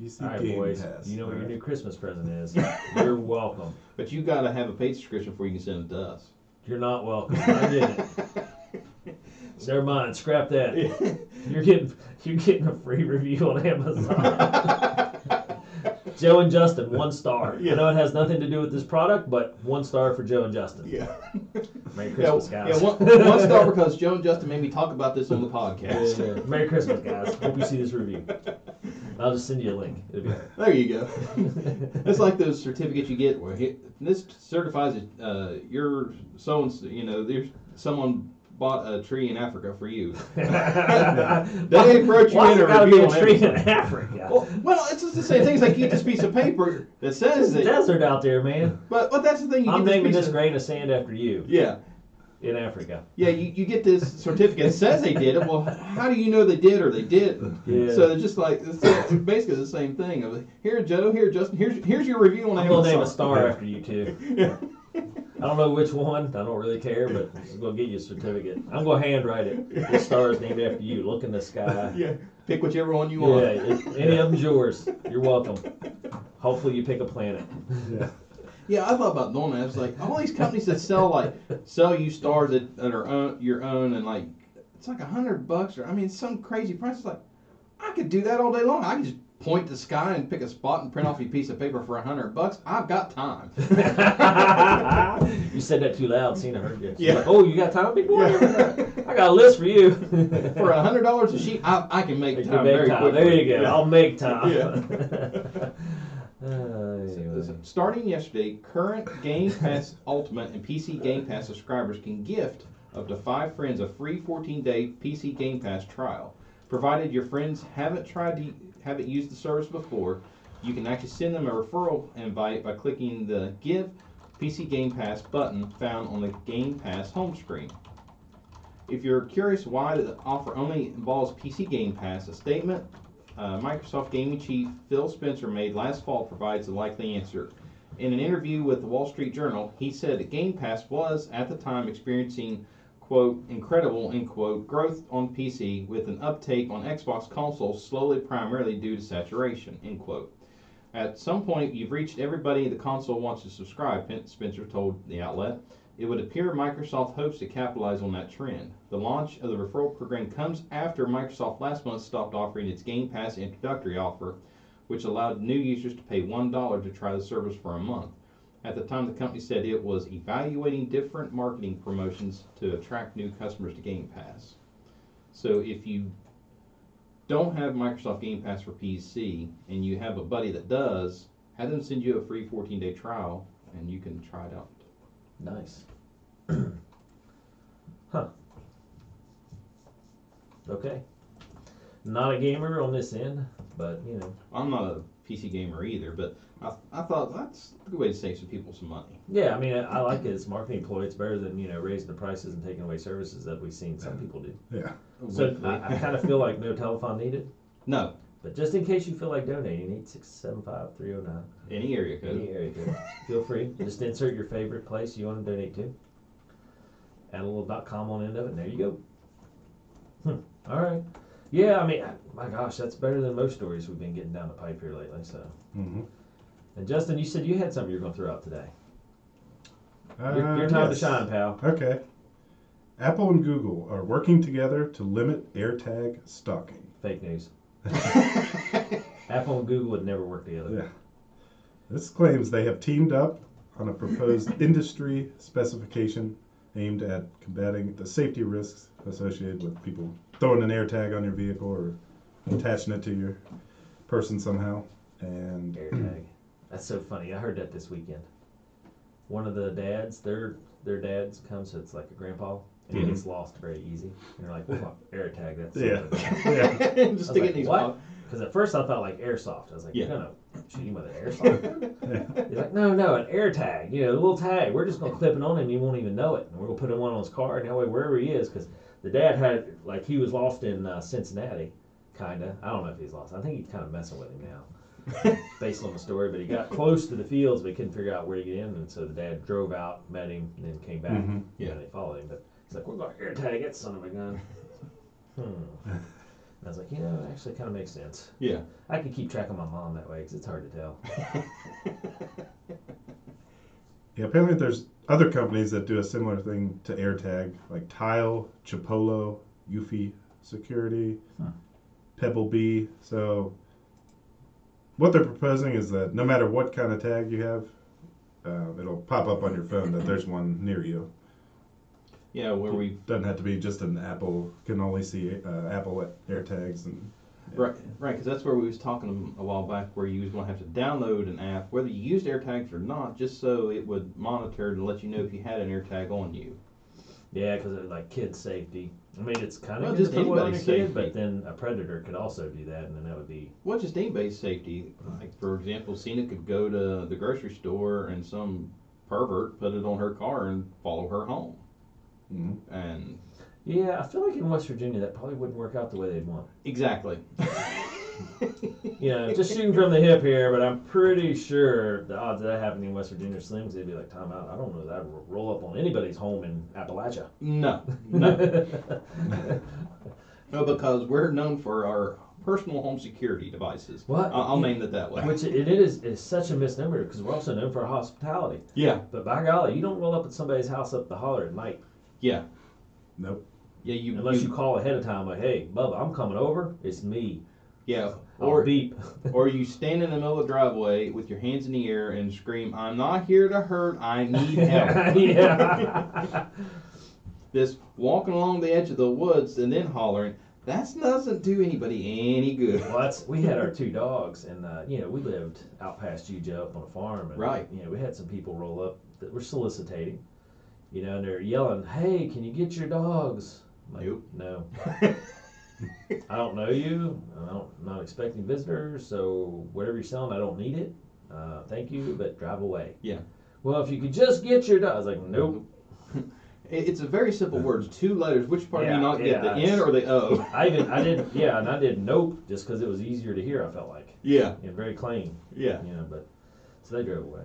[SPEAKER 3] PC
[SPEAKER 1] All right,
[SPEAKER 3] Game
[SPEAKER 1] boys.
[SPEAKER 3] Pass.
[SPEAKER 1] You know what your
[SPEAKER 3] Alright.
[SPEAKER 1] new Christmas present is. You're welcome.
[SPEAKER 2] But you got to have a paid subscription before you can send it to us.
[SPEAKER 1] You're not welcome. I get it. Never mind. Scrap that. You're getting you're getting a free review on Amazon. Joe and Justin, one star. You know it has nothing to do with this product, but one star for Joe and Justin.
[SPEAKER 2] Yeah.
[SPEAKER 1] Merry
[SPEAKER 2] Yeah,
[SPEAKER 1] Christmas,
[SPEAKER 2] yeah
[SPEAKER 1] guys.
[SPEAKER 2] one, one star because Joe and Justin made me talk about this on the podcast.
[SPEAKER 1] Yeah. Merry Christmas, guys. Hope you see this review. I'll just send you a link. It'll be
[SPEAKER 2] There you go. it's like those certificates you get where he, this certifies that uh, your someone's you know there's someone bought a tree in Africa for you. They approach you
[SPEAKER 1] Why has
[SPEAKER 2] in a
[SPEAKER 1] it gotta
[SPEAKER 2] review
[SPEAKER 1] be a
[SPEAKER 2] on
[SPEAKER 1] tree
[SPEAKER 2] Amazon?
[SPEAKER 1] in Africa?
[SPEAKER 2] Well, well, it's just the same thing. It's like you get this piece of paper that says
[SPEAKER 1] It's a
[SPEAKER 2] it.
[SPEAKER 1] desert out there, man.
[SPEAKER 2] But but that's the thing. You
[SPEAKER 1] I'm
[SPEAKER 2] get
[SPEAKER 1] naming
[SPEAKER 2] piece
[SPEAKER 1] this
[SPEAKER 2] of-
[SPEAKER 1] grain of sand after you
[SPEAKER 2] Yeah,
[SPEAKER 1] in Africa.
[SPEAKER 2] yeah. You, you get this certificate that says they did it. Well, how do you know they did or they didn't?
[SPEAKER 1] Yeah.
[SPEAKER 2] So it's just like it's it's basically the same thing. Of like, here, Joe. Here, Justin. Here's here's your review on
[SPEAKER 1] I'm
[SPEAKER 2] Amazon.
[SPEAKER 1] gonna name a star after you too. I don't know which one. I don't really care, but I'm just gonna get you a certificate. I'm gonna handwrite it. The star is named after you. Look in the sky.
[SPEAKER 2] Yeah. Pick whichever one you
[SPEAKER 1] Yeah,
[SPEAKER 2] want.
[SPEAKER 1] it- any of them's yours. You're welcome. Hopefully, you pick a planet.
[SPEAKER 3] Yeah.
[SPEAKER 2] Yeah, I thought about doing that. It's like all these companies that sell like sell you stars that, that are own, your own, and like it's like a hundred bucks or I mean some crazy price. It's like I could do that all day long. I could just point to sky and pick a spot and print off a piece of paper for a hundred bucks, I've got time.
[SPEAKER 1] you said that too loud. Cena heard you. She's
[SPEAKER 2] Yeah.
[SPEAKER 1] like, oh, you got time, big boy?
[SPEAKER 2] Yeah.
[SPEAKER 1] I got a list for you.
[SPEAKER 2] for a hundred dollars a sheet, I, I can make
[SPEAKER 1] Make
[SPEAKER 2] time
[SPEAKER 1] make
[SPEAKER 2] very
[SPEAKER 1] time.
[SPEAKER 2] quickly.
[SPEAKER 1] There you go.
[SPEAKER 2] Yeah.
[SPEAKER 1] I'll make time.
[SPEAKER 2] Yeah.
[SPEAKER 1] Uh, anyway.
[SPEAKER 2] Listen, Starting yesterday, current Game Pass Ultimate and PC Game Pass subscribers can gift up to five friends a free 14-day PC Game Pass trial, provided your friends haven't tried to haven't used the service before. You can actually send them a referral invite by clicking the Give PC Game Pass button found on the Game Pass home screen. If you're curious why the offer only involves PC Game Pass, a statement uh, Microsoft gaming chief Phil Spencer made last fall provides the likely answer. In an interview with the Wall Street Journal, he said that Game Pass was, at the time, experiencing, quote, incredible, end quote, growth on PC with an uptake on Xbox consoles slowly primarily due to saturation, end quote. At some point, you've reached everybody the console wants to subscribe, Pen- Spencer told the outlet. It would appear Microsoft hopes to capitalize on that trend. The launch of the referral program comes after Microsoft last month stopped offering its Game Pass introductory offer, which allowed new users to pay $1 to try the service for a month. At the time, the company said it was evaluating different marketing promotions to attract new customers to Game Pass. So if you don't have Microsoft Game Pass for PC and you have a buddy that does, have them send you a free 14 day trial and you can try it out.
[SPEAKER 1] Nice. huh. Okay. Not a gamer on this end, but you know,
[SPEAKER 2] I'm not a PC gamer either, but I, I thought that's a good way to save some people some money.
[SPEAKER 1] yeah. I mean, I, I like it. It's a marketing ploy. It's better than you know raising the prices and taking away services that we've seen some people do. So
[SPEAKER 2] Weekly.
[SPEAKER 1] I, I kind of feel like no telephone needed.
[SPEAKER 2] no,
[SPEAKER 1] But just in case you feel like donating, eight six seven five three zero nine.
[SPEAKER 2] any area code.
[SPEAKER 1] Any area code. Feel free. Just insert your favorite place you want to donate to. Add a little dot com on the end of it, and there you go. Hmm. All right. Yeah, I mean, I- my gosh, that's better than most stories we've been getting down the pipe here lately. So,
[SPEAKER 3] hmm
[SPEAKER 1] and Justin, you said you had something you're going to throw out today.
[SPEAKER 3] Uh,
[SPEAKER 1] your, your time
[SPEAKER 3] yes.
[SPEAKER 1] to shine, pal.
[SPEAKER 3] Okay. Apple and Google are working together to limit AirTag stalking.
[SPEAKER 1] Fake news. Apple and Google would never work together.
[SPEAKER 3] Yeah. This claims they have teamed up on a proposed industry specification aimed at combating the safety risks associated with people throwing an air tag on your vehicle or attaching it to your person somehow. And
[SPEAKER 1] AirTag. That's so funny. I heard that this weekend. One of the dads, their their dads comes, so it's like a grandpa, and he
[SPEAKER 3] Mhm.
[SPEAKER 1] gets lost very easy. And you're like, well, AirTag, that's
[SPEAKER 3] yeah, yeah,
[SPEAKER 2] Just stick it
[SPEAKER 1] like,
[SPEAKER 2] in these
[SPEAKER 1] what? Because at first I thought like airsoft. I was like,
[SPEAKER 2] Yeah.
[SPEAKER 1] you're gonna shoot him with an airsoft? He's like, no, no, an AirTag. You know, a little tag. We're just gonna clip it on him. and He won't even know it, and we're gonna put him on his car, and that way wherever he is, because the dad had like he was lost in uh, Cincinnati, kinda. I don't know if he's lost. I think he's kind of messing with him now based on the story, but he got close to the fields, but couldn't figure out where to get in, and so the dad drove out, met him, and then came back.
[SPEAKER 3] Mhm.
[SPEAKER 1] Yeah,
[SPEAKER 2] Yeah.
[SPEAKER 1] they followed him, but he's like, "We're going to air tag that son of a gun." hmm. And I was like, you know, it actually kind of makes sense.
[SPEAKER 2] Yeah.
[SPEAKER 1] I could keep track of my mom that way because it's hard to tell.
[SPEAKER 3] yeah. Apparently, there's other companies that do a similar thing to AirTag, like Tile, Chipolo, Eufy Security,
[SPEAKER 1] Huh.
[SPEAKER 3] Pebble Bee. So, what they're proposing is that no matter what kind of tag you have, uh, it'll pop up on your phone that there's one near you.
[SPEAKER 2] Yeah, where we
[SPEAKER 3] Doesn't have to be just an Apple. Can only see uh, Apple AirTags and
[SPEAKER 2] Right, right, because that's where we was talking a while back, where you was going to have to download an app, whether you used AirTags or not, just so it would monitor and let you know if you had an AirTag on you.
[SPEAKER 1] Yeah, because like kids' safety. I mean, it's kind of
[SPEAKER 2] Well,
[SPEAKER 1] good
[SPEAKER 2] just
[SPEAKER 1] to put one on your
[SPEAKER 2] anybody's
[SPEAKER 1] kid,
[SPEAKER 2] safety.
[SPEAKER 1] but then a predator could also do that, and then that would be
[SPEAKER 2] Well, just anybody's safety. Like for example, Cena could go to the grocery store and some pervert put it on her car and follow her home.
[SPEAKER 3] Mhm.
[SPEAKER 2] And
[SPEAKER 1] yeah. I feel like in West Virginia that probably wouldn't work out the way they'd want.
[SPEAKER 2] exactly.
[SPEAKER 1] you know, just shooting from the hip here, but I'm pretty sure the odds of that happening in West Virginia are slim 'cause they'd be like, time out. I don't know that would roll up on anybody's home in Appalachia.
[SPEAKER 2] No, no, no, because we're known for our personal home security devices.
[SPEAKER 1] What?
[SPEAKER 2] I- I'll name it that way.
[SPEAKER 1] Which it is is such a misnomer because we're also known for our hospitality.
[SPEAKER 2] Yeah,
[SPEAKER 1] But by golly, you don't roll up at somebody's house up the holler at night
[SPEAKER 2] yeah,
[SPEAKER 3] Nope.
[SPEAKER 2] yeah. You
[SPEAKER 1] unless you call ahead of time like, hey, Bubba, I'm coming over. It's me.
[SPEAKER 2] Yeah,
[SPEAKER 1] Or
[SPEAKER 2] or
[SPEAKER 1] beep.
[SPEAKER 2] or you stand in the middle of the driveway with your hands in the air and scream, "I'm not here to hurt. I need help."
[SPEAKER 1] yeah.
[SPEAKER 2] This walking along the edge of the woods and then hollering, that doesn't do anybody any good.
[SPEAKER 1] Well, that's, we had our two dogs, and uh, you know we lived out past Juja up on a farm, and
[SPEAKER 2] Right.
[SPEAKER 1] You know we had some people roll up that were soliciting, you know, and they're yelling, "Hey, can you get your dogs?" I'm like,
[SPEAKER 2] Nope.
[SPEAKER 1] No. I don't know you. I don't, I'm not expecting visitors, so whatever you're selling, I don't need it. Uh, thank you, but drive away.
[SPEAKER 2] Yeah.
[SPEAKER 1] Well, if you could just get your dog, I was like, nope.
[SPEAKER 2] It- It's a very simple word. Two letters. Which part do
[SPEAKER 1] Yeah,
[SPEAKER 2] you not get?
[SPEAKER 1] yeah,
[SPEAKER 2] The N or the O?
[SPEAKER 1] I even I did yeah, and I did nope just because it was easier to hear. I felt like
[SPEAKER 2] Yeah,
[SPEAKER 1] and very clean,
[SPEAKER 2] yeah.
[SPEAKER 1] you know. But so they drove away.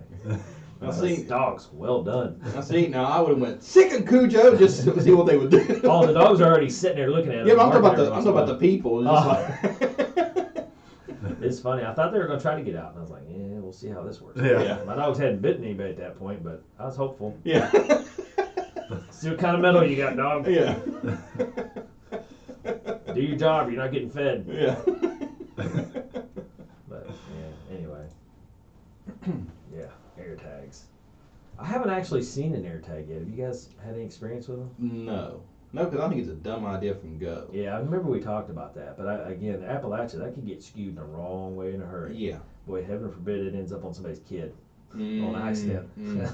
[SPEAKER 2] I
[SPEAKER 1] Uh,
[SPEAKER 2] see.
[SPEAKER 1] dogs, well done.
[SPEAKER 2] Now see, now I would have went sick of Cujo just to see what they would do.
[SPEAKER 1] Oh, the dogs are already sitting there looking at it.
[SPEAKER 2] Yeah, but I'm talking about the I'm talking about the people. Just like,
[SPEAKER 1] It's funny. I thought they were going to try to get out, and I was like, yeah, we'll see how this works.
[SPEAKER 3] Yeah.
[SPEAKER 2] Yeah.
[SPEAKER 1] My dogs hadn't bitten anybody at that point, but I was hopeful.
[SPEAKER 2] yeah,
[SPEAKER 1] See what kind of metal you got, dog.
[SPEAKER 2] yeah,
[SPEAKER 1] Do your job. You're not getting fed.
[SPEAKER 2] yeah.
[SPEAKER 1] But yeah, anyway. yeah, air tags. I haven't actually seen an air tag yet. Have you guys had any experience with them?
[SPEAKER 2] No, no, because I think it's a dumb idea from Go.
[SPEAKER 1] Yeah, I remember we talked about that, but I, again, Appalachia, that could get skewed the wrong way in a hurry.
[SPEAKER 2] Yeah.
[SPEAKER 1] Boy, heaven forbid it ends up on somebody's kid on
[SPEAKER 2] Mm,
[SPEAKER 1] a high step.
[SPEAKER 2] mm.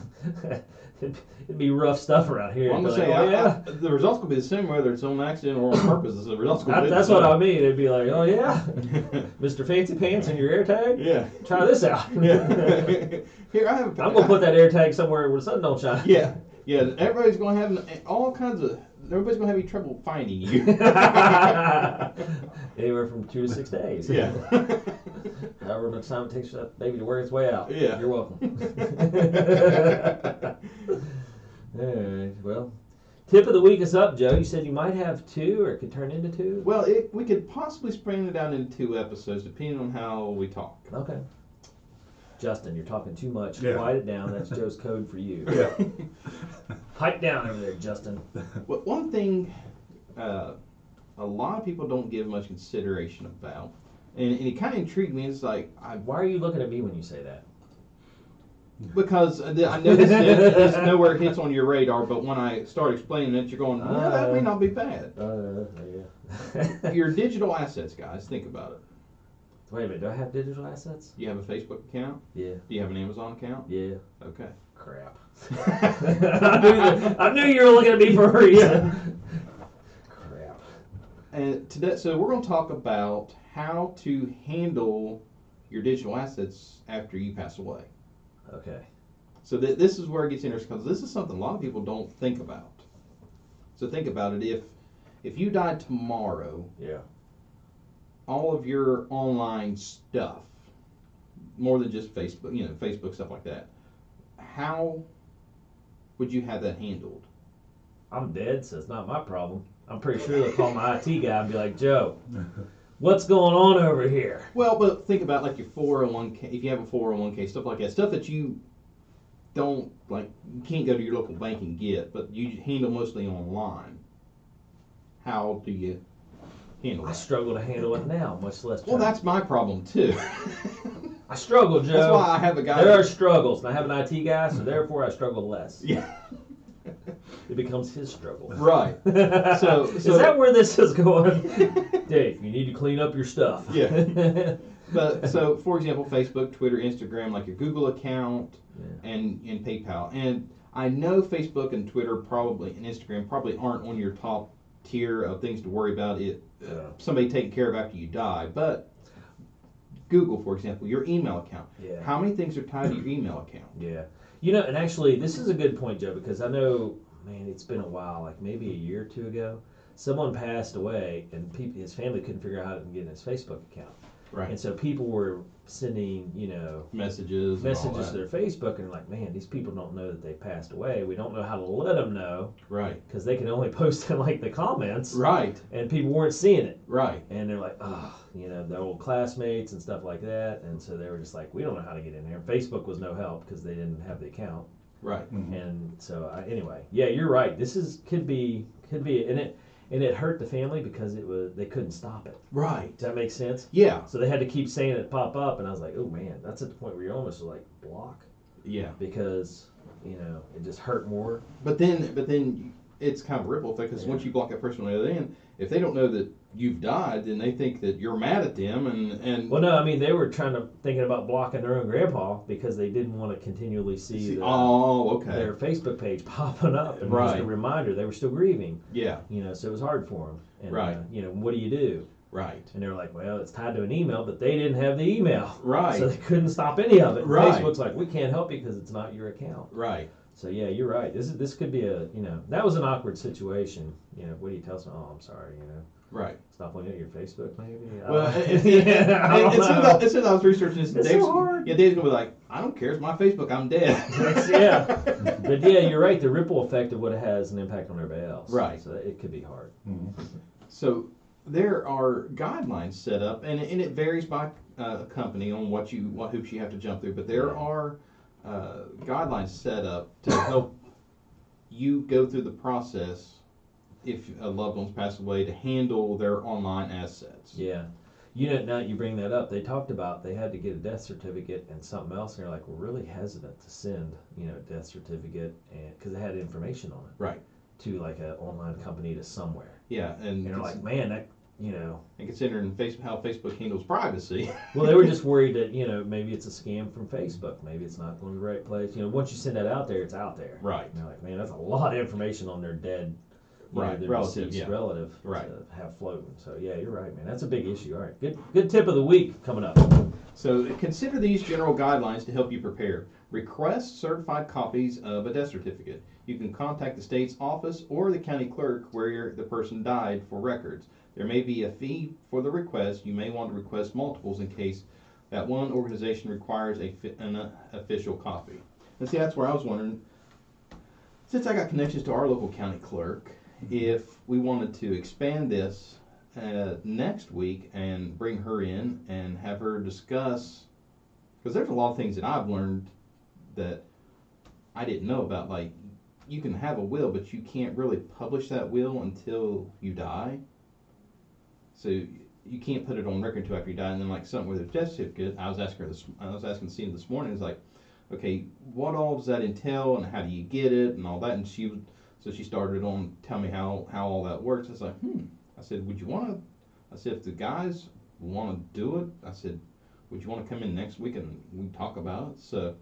[SPEAKER 1] it'd, it'd be rough stuff around here.
[SPEAKER 2] Well, I'm
[SPEAKER 1] It'd
[SPEAKER 2] gonna
[SPEAKER 1] be
[SPEAKER 2] say
[SPEAKER 1] like,
[SPEAKER 2] I,
[SPEAKER 1] "Oh,
[SPEAKER 2] I, the results could be the same whether it's on accident or on purpose. The results could
[SPEAKER 1] That-
[SPEAKER 2] be the
[SPEAKER 1] that's
[SPEAKER 2] same.
[SPEAKER 1] what I mean. It'd be like, oh yeah, Mr. Fancy Pants and your air tag.
[SPEAKER 2] yeah,
[SPEAKER 1] Try this out.
[SPEAKER 2] yeah. Here I have. A,
[SPEAKER 1] I'm gonna put that air tag somewhere where the sun don't shine.
[SPEAKER 2] Yeah, yeah. Everybody's gonna have all kinds of. Everybody's gonna have trouble finding you.
[SPEAKER 1] Anywhere from two to six days.
[SPEAKER 2] yeah.
[SPEAKER 1] However much time it takes for that baby to wear its way out.
[SPEAKER 2] Yeah.
[SPEAKER 1] You're welcome. All right. Well, tip of the week is up, Joe. You said you might have two, or it could turn into two.
[SPEAKER 2] well, it, we could possibly spring it down into two episodes, depending on how we talk.
[SPEAKER 1] Okay. Justin, you're talking too much.
[SPEAKER 3] Yeah.
[SPEAKER 1] Quiet it down. That's Joe's code for you.
[SPEAKER 3] Yeah.
[SPEAKER 1] Pipe down over there, Justin.
[SPEAKER 2] Well, one thing uh, a lot of people don't give much consideration about, and, and it kind of intrigued me. It's like I
[SPEAKER 1] Why are you looking at me when you say that?
[SPEAKER 2] because I I know this, this nowhere hits on your radar, but when I start explaining it, you're going, "Well, that may not be bad."
[SPEAKER 1] Uh, yeah.
[SPEAKER 2] Your digital assets, guys, think about it.
[SPEAKER 1] Wait a minute. Do I have digital assets?
[SPEAKER 2] Do you have a Facebook account?
[SPEAKER 1] Yeah.
[SPEAKER 2] Do you have an Amazon account?
[SPEAKER 1] Yeah.
[SPEAKER 2] Okay.
[SPEAKER 1] Crap. I, knew that- I knew you were looking at me for a reason. Crap.
[SPEAKER 2] And today, so we're going to talk about how to handle your digital assets after you pass away.
[SPEAKER 1] Okay.
[SPEAKER 2] So th- this is where it gets interesting because this is something a lot of people don't think about. So think about it. If if you died tomorrow,
[SPEAKER 1] Yeah.
[SPEAKER 2] all of your online stuff, more than just Facebook, you know, Facebook stuff like that, how would you have that handled?
[SPEAKER 1] I'm dead, so it's not my problem. I'm pretty sure they'll call my IT guy and be like, Joe, what's going on over here?
[SPEAKER 2] Well, but think about like your 401k, if you have a 401k, stuff like that, stuff that you don't like, you can't go to your local bank and get, but you handle mostly online. How do you handle
[SPEAKER 1] I
[SPEAKER 2] that?
[SPEAKER 1] struggle to handle it now, much less.
[SPEAKER 2] Well,
[SPEAKER 1] try-
[SPEAKER 2] that's my problem too.
[SPEAKER 1] I struggle, Joe.
[SPEAKER 2] that's why I have a guy.
[SPEAKER 1] there are
[SPEAKER 2] that-
[SPEAKER 1] struggles, and I have an IT guy, so therefore I struggle less.
[SPEAKER 2] Yeah,
[SPEAKER 1] It becomes his struggle.
[SPEAKER 2] right.
[SPEAKER 1] so, is
[SPEAKER 2] so-
[SPEAKER 1] that where this is going? Dave, you need to clean up your stuff.
[SPEAKER 2] Yeah. But so, for example, Facebook, Twitter, Instagram, like your Google account, and and PayPal. And I know Facebook and Twitter probably and Instagram probably aren't on your top tier of things to worry about. It uh,
[SPEAKER 1] Yeah.
[SPEAKER 2] somebody taking care of after you die, but Google, for example, your email account.
[SPEAKER 1] Yeah.
[SPEAKER 2] How many things are tied to your email account?
[SPEAKER 1] Yeah. You know, and actually, this is a good point, Joe, because I know, man, it's been a while, like maybe a year or two ago, someone passed away, and peop his family couldn't figure out how to get in his Facebook account.
[SPEAKER 2] Right.
[SPEAKER 1] And so people were sending, you know,
[SPEAKER 2] Messages. and all
[SPEAKER 1] messages to
[SPEAKER 2] that.
[SPEAKER 1] their Facebook, and like, man, these people don't know that they passed away. We don't know how to let them know
[SPEAKER 2] Right.
[SPEAKER 1] because they can only post in like the comments,
[SPEAKER 2] Right.
[SPEAKER 1] and people weren't seeing it.
[SPEAKER 2] Right.
[SPEAKER 1] and they're like, oh, you know, their old classmates and stuff like that. And so they were just like, we don't know how to get in there. Facebook was no help because they didn't have the account.
[SPEAKER 2] Right.
[SPEAKER 1] uh, And so I, anyway, yeah, you're right. This is could be could be, and it and it hurt the family because it was they couldn't stop it.
[SPEAKER 2] Right.
[SPEAKER 1] Does that make sense?
[SPEAKER 2] Yeah.
[SPEAKER 1] So they had to keep saying it pop up, and I was like, oh man, that's at the point where you're almost like block
[SPEAKER 2] Yeah.
[SPEAKER 1] because you know it just hurt more.
[SPEAKER 2] But then, but then it's kind of a ripple effect because
[SPEAKER 1] Yeah.
[SPEAKER 2] once you block that person on the other end, if they don't know that you've died, then they think that you're mad at them, and and
[SPEAKER 1] Well, no, I mean they were trying to thinking about blocking their own grandpa because they didn't want to continually see,
[SPEAKER 2] See,
[SPEAKER 1] the,
[SPEAKER 2] oh, okay,
[SPEAKER 1] their Facebook page popping up, and just
[SPEAKER 2] Right.
[SPEAKER 1] a reminder they were still grieving.
[SPEAKER 2] yeah,
[SPEAKER 1] You know, so it was hard for them. And,
[SPEAKER 2] Right.
[SPEAKER 1] Uh, you know, what do you do?
[SPEAKER 2] right,
[SPEAKER 1] And they're like, well, it's tied to an email, but they didn't have the email.
[SPEAKER 2] right,
[SPEAKER 1] So they couldn't stop any of it. And
[SPEAKER 2] Right.
[SPEAKER 1] Facebook's like, we can't help you because it's not your account.
[SPEAKER 2] right,
[SPEAKER 1] So yeah, you're right. This is this could be a you know that was an awkward situation. You know, what do you tell someone? Oh, I'm sorry. You know,
[SPEAKER 2] right.
[SPEAKER 1] stop looking at your Facebook, maybe. I
[SPEAKER 2] Well,
[SPEAKER 1] don't-
[SPEAKER 2] and, and,
[SPEAKER 1] Yeah, I
[SPEAKER 2] and,
[SPEAKER 1] don't
[SPEAKER 2] and
[SPEAKER 1] know.
[SPEAKER 2] soon as- as soon as I was researching this,
[SPEAKER 1] It's so
[SPEAKER 2] Dave's,
[SPEAKER 1] hard.
[SPEAKER 2] yeah, Dave's gonna be like, I don't care, it's my Facebook, I'm dead.
[SPEAKER 1] Yeah. but yeah, you're right. The ripple effect of what it has an impact on everybody else.
[SPEAKER 2] Right.
[SPEAKER 1] So it could be hard.
[SPEAKER 2] So there are guidelines set up, and, and it varies by uh, company on what you what hoops you have to jump through. But there are uh, guidelines set up to help you go through the process if a loved one's passed away to handle their online assets.
[SPEAKER 1] Yeah. You know, now that you bring that up, they talked about they had to get a death certificate and something else, and they're like, we're really hesitant to send, you know, a death certificate, and because it had information on it,
[SPEAKER 2] Right.
[SPEAKER 1] to like an online company to somewhere,
[SPEAKER 2] Yeah, and,
[SPEAKER 1] and they're
[SPEAKER 2] cons-
[SPEAKER 1] like, man, that, you know,
[SPEAKER 2] and considering face- how Facebook handles privacy,
[SPEAKER 1] well, they were just worried that you know maybe it's a scam from Facebook, maybe it's not going to the right place, you know, once you send that out there, it's out there,
[SPEAKER 2] right?
[SPEAKER 1] And they're like, man, that's a lot of information on their dead, you know,
[SPEAKER 2] Right,
[SPEAKER 1] their
[SPEAKER 2] relative,
[SPEAKER 1] deceased
[SPEAKER 2] yeah.
[SPEAKER 1] relative,
[SPEAKER 2] Right.
[SPEAKER 1] to have floating. So yeah, you're right, man, that's a big issue. All right, good, good tip of the week coming up.
[SPEAKER 2] So consider these general guidelines to help you prepare. Request certified copies of a death certificate. You can contact the state's office or the county clerk where the person died for records. There may be a fee for the request. You may want to request multiples in case that one organization requires a fi- an uh, official copy. And see, that's where I was wondering. Since I got connections to our local county clerk, if we wanted to expand this uh, next week and bring her in and have her discuss because there's a lot of things that I've learned that I didn't know about. Like you can have a will, but you can't really publish that will until you die. So you can't put it on record until after you die. And then like something with a death certificate, I was asking her this. I was asking Cena this morning. It's like, okay, what all does that entail, and how do you get it, and all that. And she was so she started on telling me how how all that works. I was like, hmm. I said, would you want to? I said, if the guys want to do it, I said, would you want to come in next week and we can talk about it? So,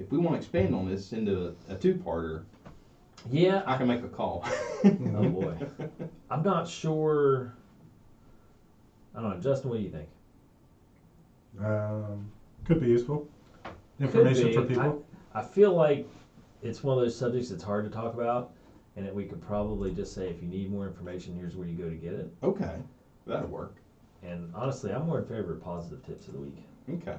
[SPEAKER 2] if we want to expand on this into a two-parter,
[SPEAKER 1] Yeah,
[SPEAKER 2] I can make a call.
[SPEAKER 1] Oh boy, I'm not sure. I don't know, Justin. What do you think?
[SPEAKER 3] Um, could be useful information
[SPEAKER 1] be.
[SPEAKER 3] for people.
[SPEAKER 1] I feel like it's one of those subjects that's hard to talk about, and that we could probably just say, if you need more information, here's where you go to get it.
[SPEAKER 2] okay, that'll work.
[SPEAKER 1] And honestly, I'm more in favor of positive tips of the week.
[SPEAKER 2] Okay.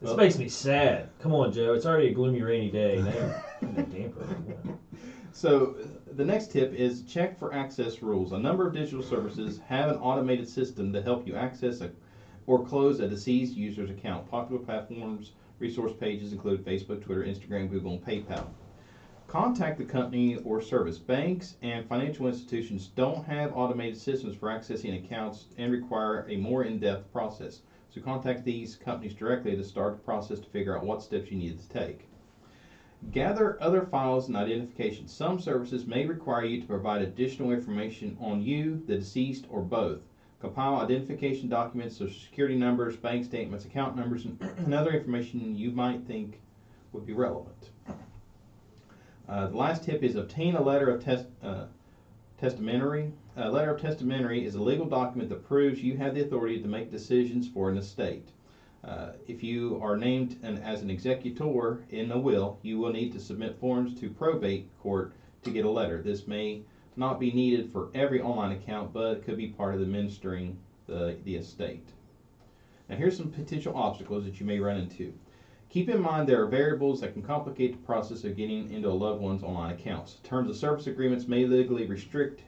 [SPEAKER 1] This
[SPEAKER 2] Well-
[SPEAKER 1] makes me sad. Come on, Joe. It's already a gloomy, rainy day. Now, I'm in a damper. Yeah.
[SPEAKER 2] So uh, the next tip is check for access rules. A number of digital services have an automated system to help you access a, or close a deceased user's account. Popular platforms, resource pages include Facebook, Twitter, Instagram, Google, and PayPal. Contact the company or service. Banks and financial institutions don't have automated systems for accessing accounts and require a more in-depth process. So contact these companies directly to start the process to figure out what steps you need to take. Gather other files and identification. Some services may require you to provide additional information on you, the deceased, or both. Compile identification documents, social security numbers, bank statements, account numbers, and, and other information you might think would be relevant. Uh, the last tip is obtain a letter of tes- uh, testamentary. A letter of testamentary is a legal document that proves you have the authority to make decisions for an estate. Uh, If you are named an- as an executor in a will, you will need to submit forms to probate court to get a letter. This may not be needed for every online account, but could be part of administering the, the estate. Now, here's some potential obstacles that you may run into. Keep in mind there are variables that can complicate the process of getting into a loved one's online accounts. Terms of service agreements may legally restrict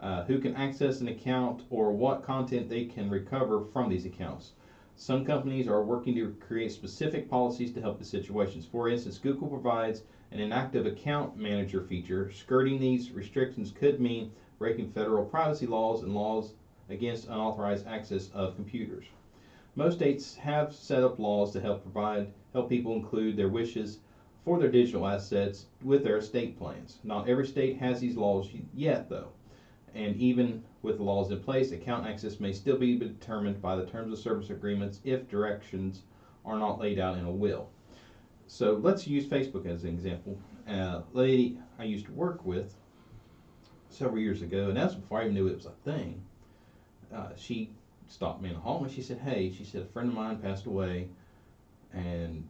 [SPEAKER 2] uh, who can access an account or what content they can recover from these accounts. Some companies are working to create specific policies to help the situations. For instance, Google provides an inactive account manager feature. Skirting these restrictions could mean breaking federal privacy laws and laws against unauthorized access of computers. Most states have set up laws to help provide help people include their wishes for their digital assets with their estate plans. Not every state has these laws yet, though, and even with the laws in place, account access may still be determined by the terms of service agreements if directions are not laid out in a will. So let's use Facebook as an example. A lady I used to work with several years ago, and that's before I even knew it was a thing. Uh, she stopped me in the hall and she said, "Hey," she said, "a friend of mine passed away," and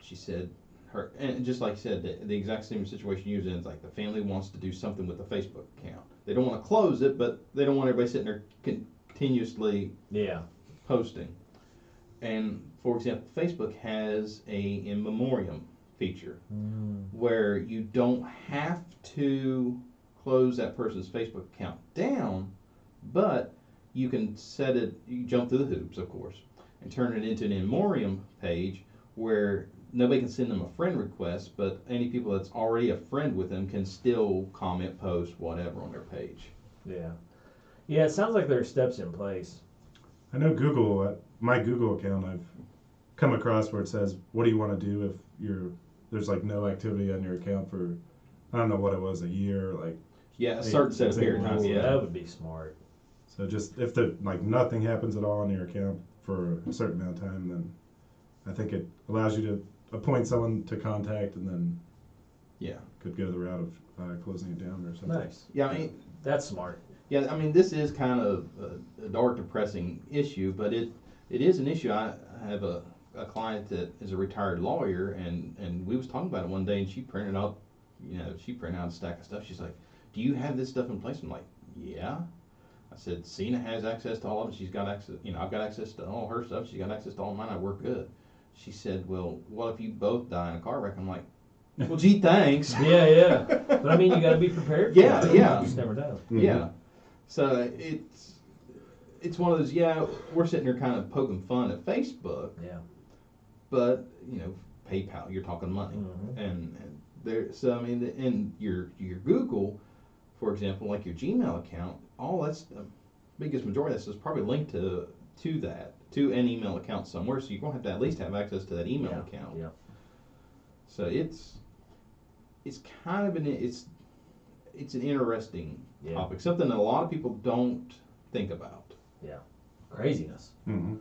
[SPEAKER 2] she said, "Her and just like you said, the, the exact same situation you was in. It's like the family wants to do something with the Facebook account. They don't want to close it, but they don't want everybody sitting there con- continuously
[SPEAKER 1] Yeah.
[SPEAKER 2] posting. And for example, Facebook has a in memoriam feature Mm. where you don't have to close that person's Facebook account down, but you can set it. You jump through the hoops, of course, and turn it into an in memoriam page where nobody can send them a friend request, but any people that's already a friend with them can still comment, post, whatever on their page.
[SPEAKER 1] Yeah. Yeah, it sounds like there are steps in place.
[SPEAKER 3] I know Google, uh, my Google account, I've come across where it says, "What do you want to do if you're there's like no activity on your account for, I don't know what it was, a year, like
[SPEAKER 2] Yeah, a
[SPEAKER 3] Hey,
[SPEAKER 2] certain set of
[SPEAKER 3] it's a
[SPEAKER 2] period of
[SPEAKER 3] Well,
[SPEAKER 2] time.
[SPEAKER 3] rule.
[SPEAKER 2] Yeah.
[SPEAKER 1] That would be smart.
[SPEAKER 3] so just if the like nothing happens at all on your account for a certain amount of time, then I think it allows you to appoint someone to contact and then
[SPEAKER 2] Yeah.
[SPEAKER 3] could go the route of uh, closing it down or something.
[SPEAKER 1] Nice.
[SPEAKER 2] Yeah, I mean,
[SPEAKER 1] That's smart.
[SPEAKER 2] Yeah, I mean, this is kind of a, a dark, depressing issue, but it it is an issue. I, I have a, a client that is a retired lawyer, and and we was talking about it one day, and she printed up, you know, she printed out a stack of stuff. She's like, "Do you have this stuff in place?" I'm like, "Yeah." I said, "Cena has access to all of them. She's got access. You know, I've got access to all her stuff. She's got access to all mine. I work good." She said, "Well, what if you both die in a car wreck?" I'm like, "Well, gee, thanks."
[SPEAKER 1] Yeah, yeah. But I mean, you got to be prepared. For
[SPEAKER 2] Yeah,
[SPEAKER 1] that.
[SPEAKER 2] yeah.
[SPEAKER 1] You just never know.
[SPEAKER 3] Mhm.
[SPEAKER 2] Yeah. So it's it's one of those. Yeah, we're sitting here kind of poking fun at Facebook.
[SPEAKER 1] Yeah.
[SPEAKER 2] But you know, PayPal, you're talking money,
[SPEAKER 1] Mhm.
[SPEAKER 2] and, and there. So I mean, the- and your your Google, for example, like your Gmail account, all that's the biggest majority of this is probably linked to to that to an email account somewhere. So you're gonna have to at least have access to that email
[SPEAKER 1] Yeah,
[SPEAKER 2] account.
[SPEAKER 1] yeah.
[SPEAKER 2] So it's it's kind of an it's it's an interesting
[SPEAKER 1] Yeah.
[SPEAKER 2] topic, something that a lot of people don't think about.
[SPEAKER 1] Craziness.
[SPEAKER 3] Mhm.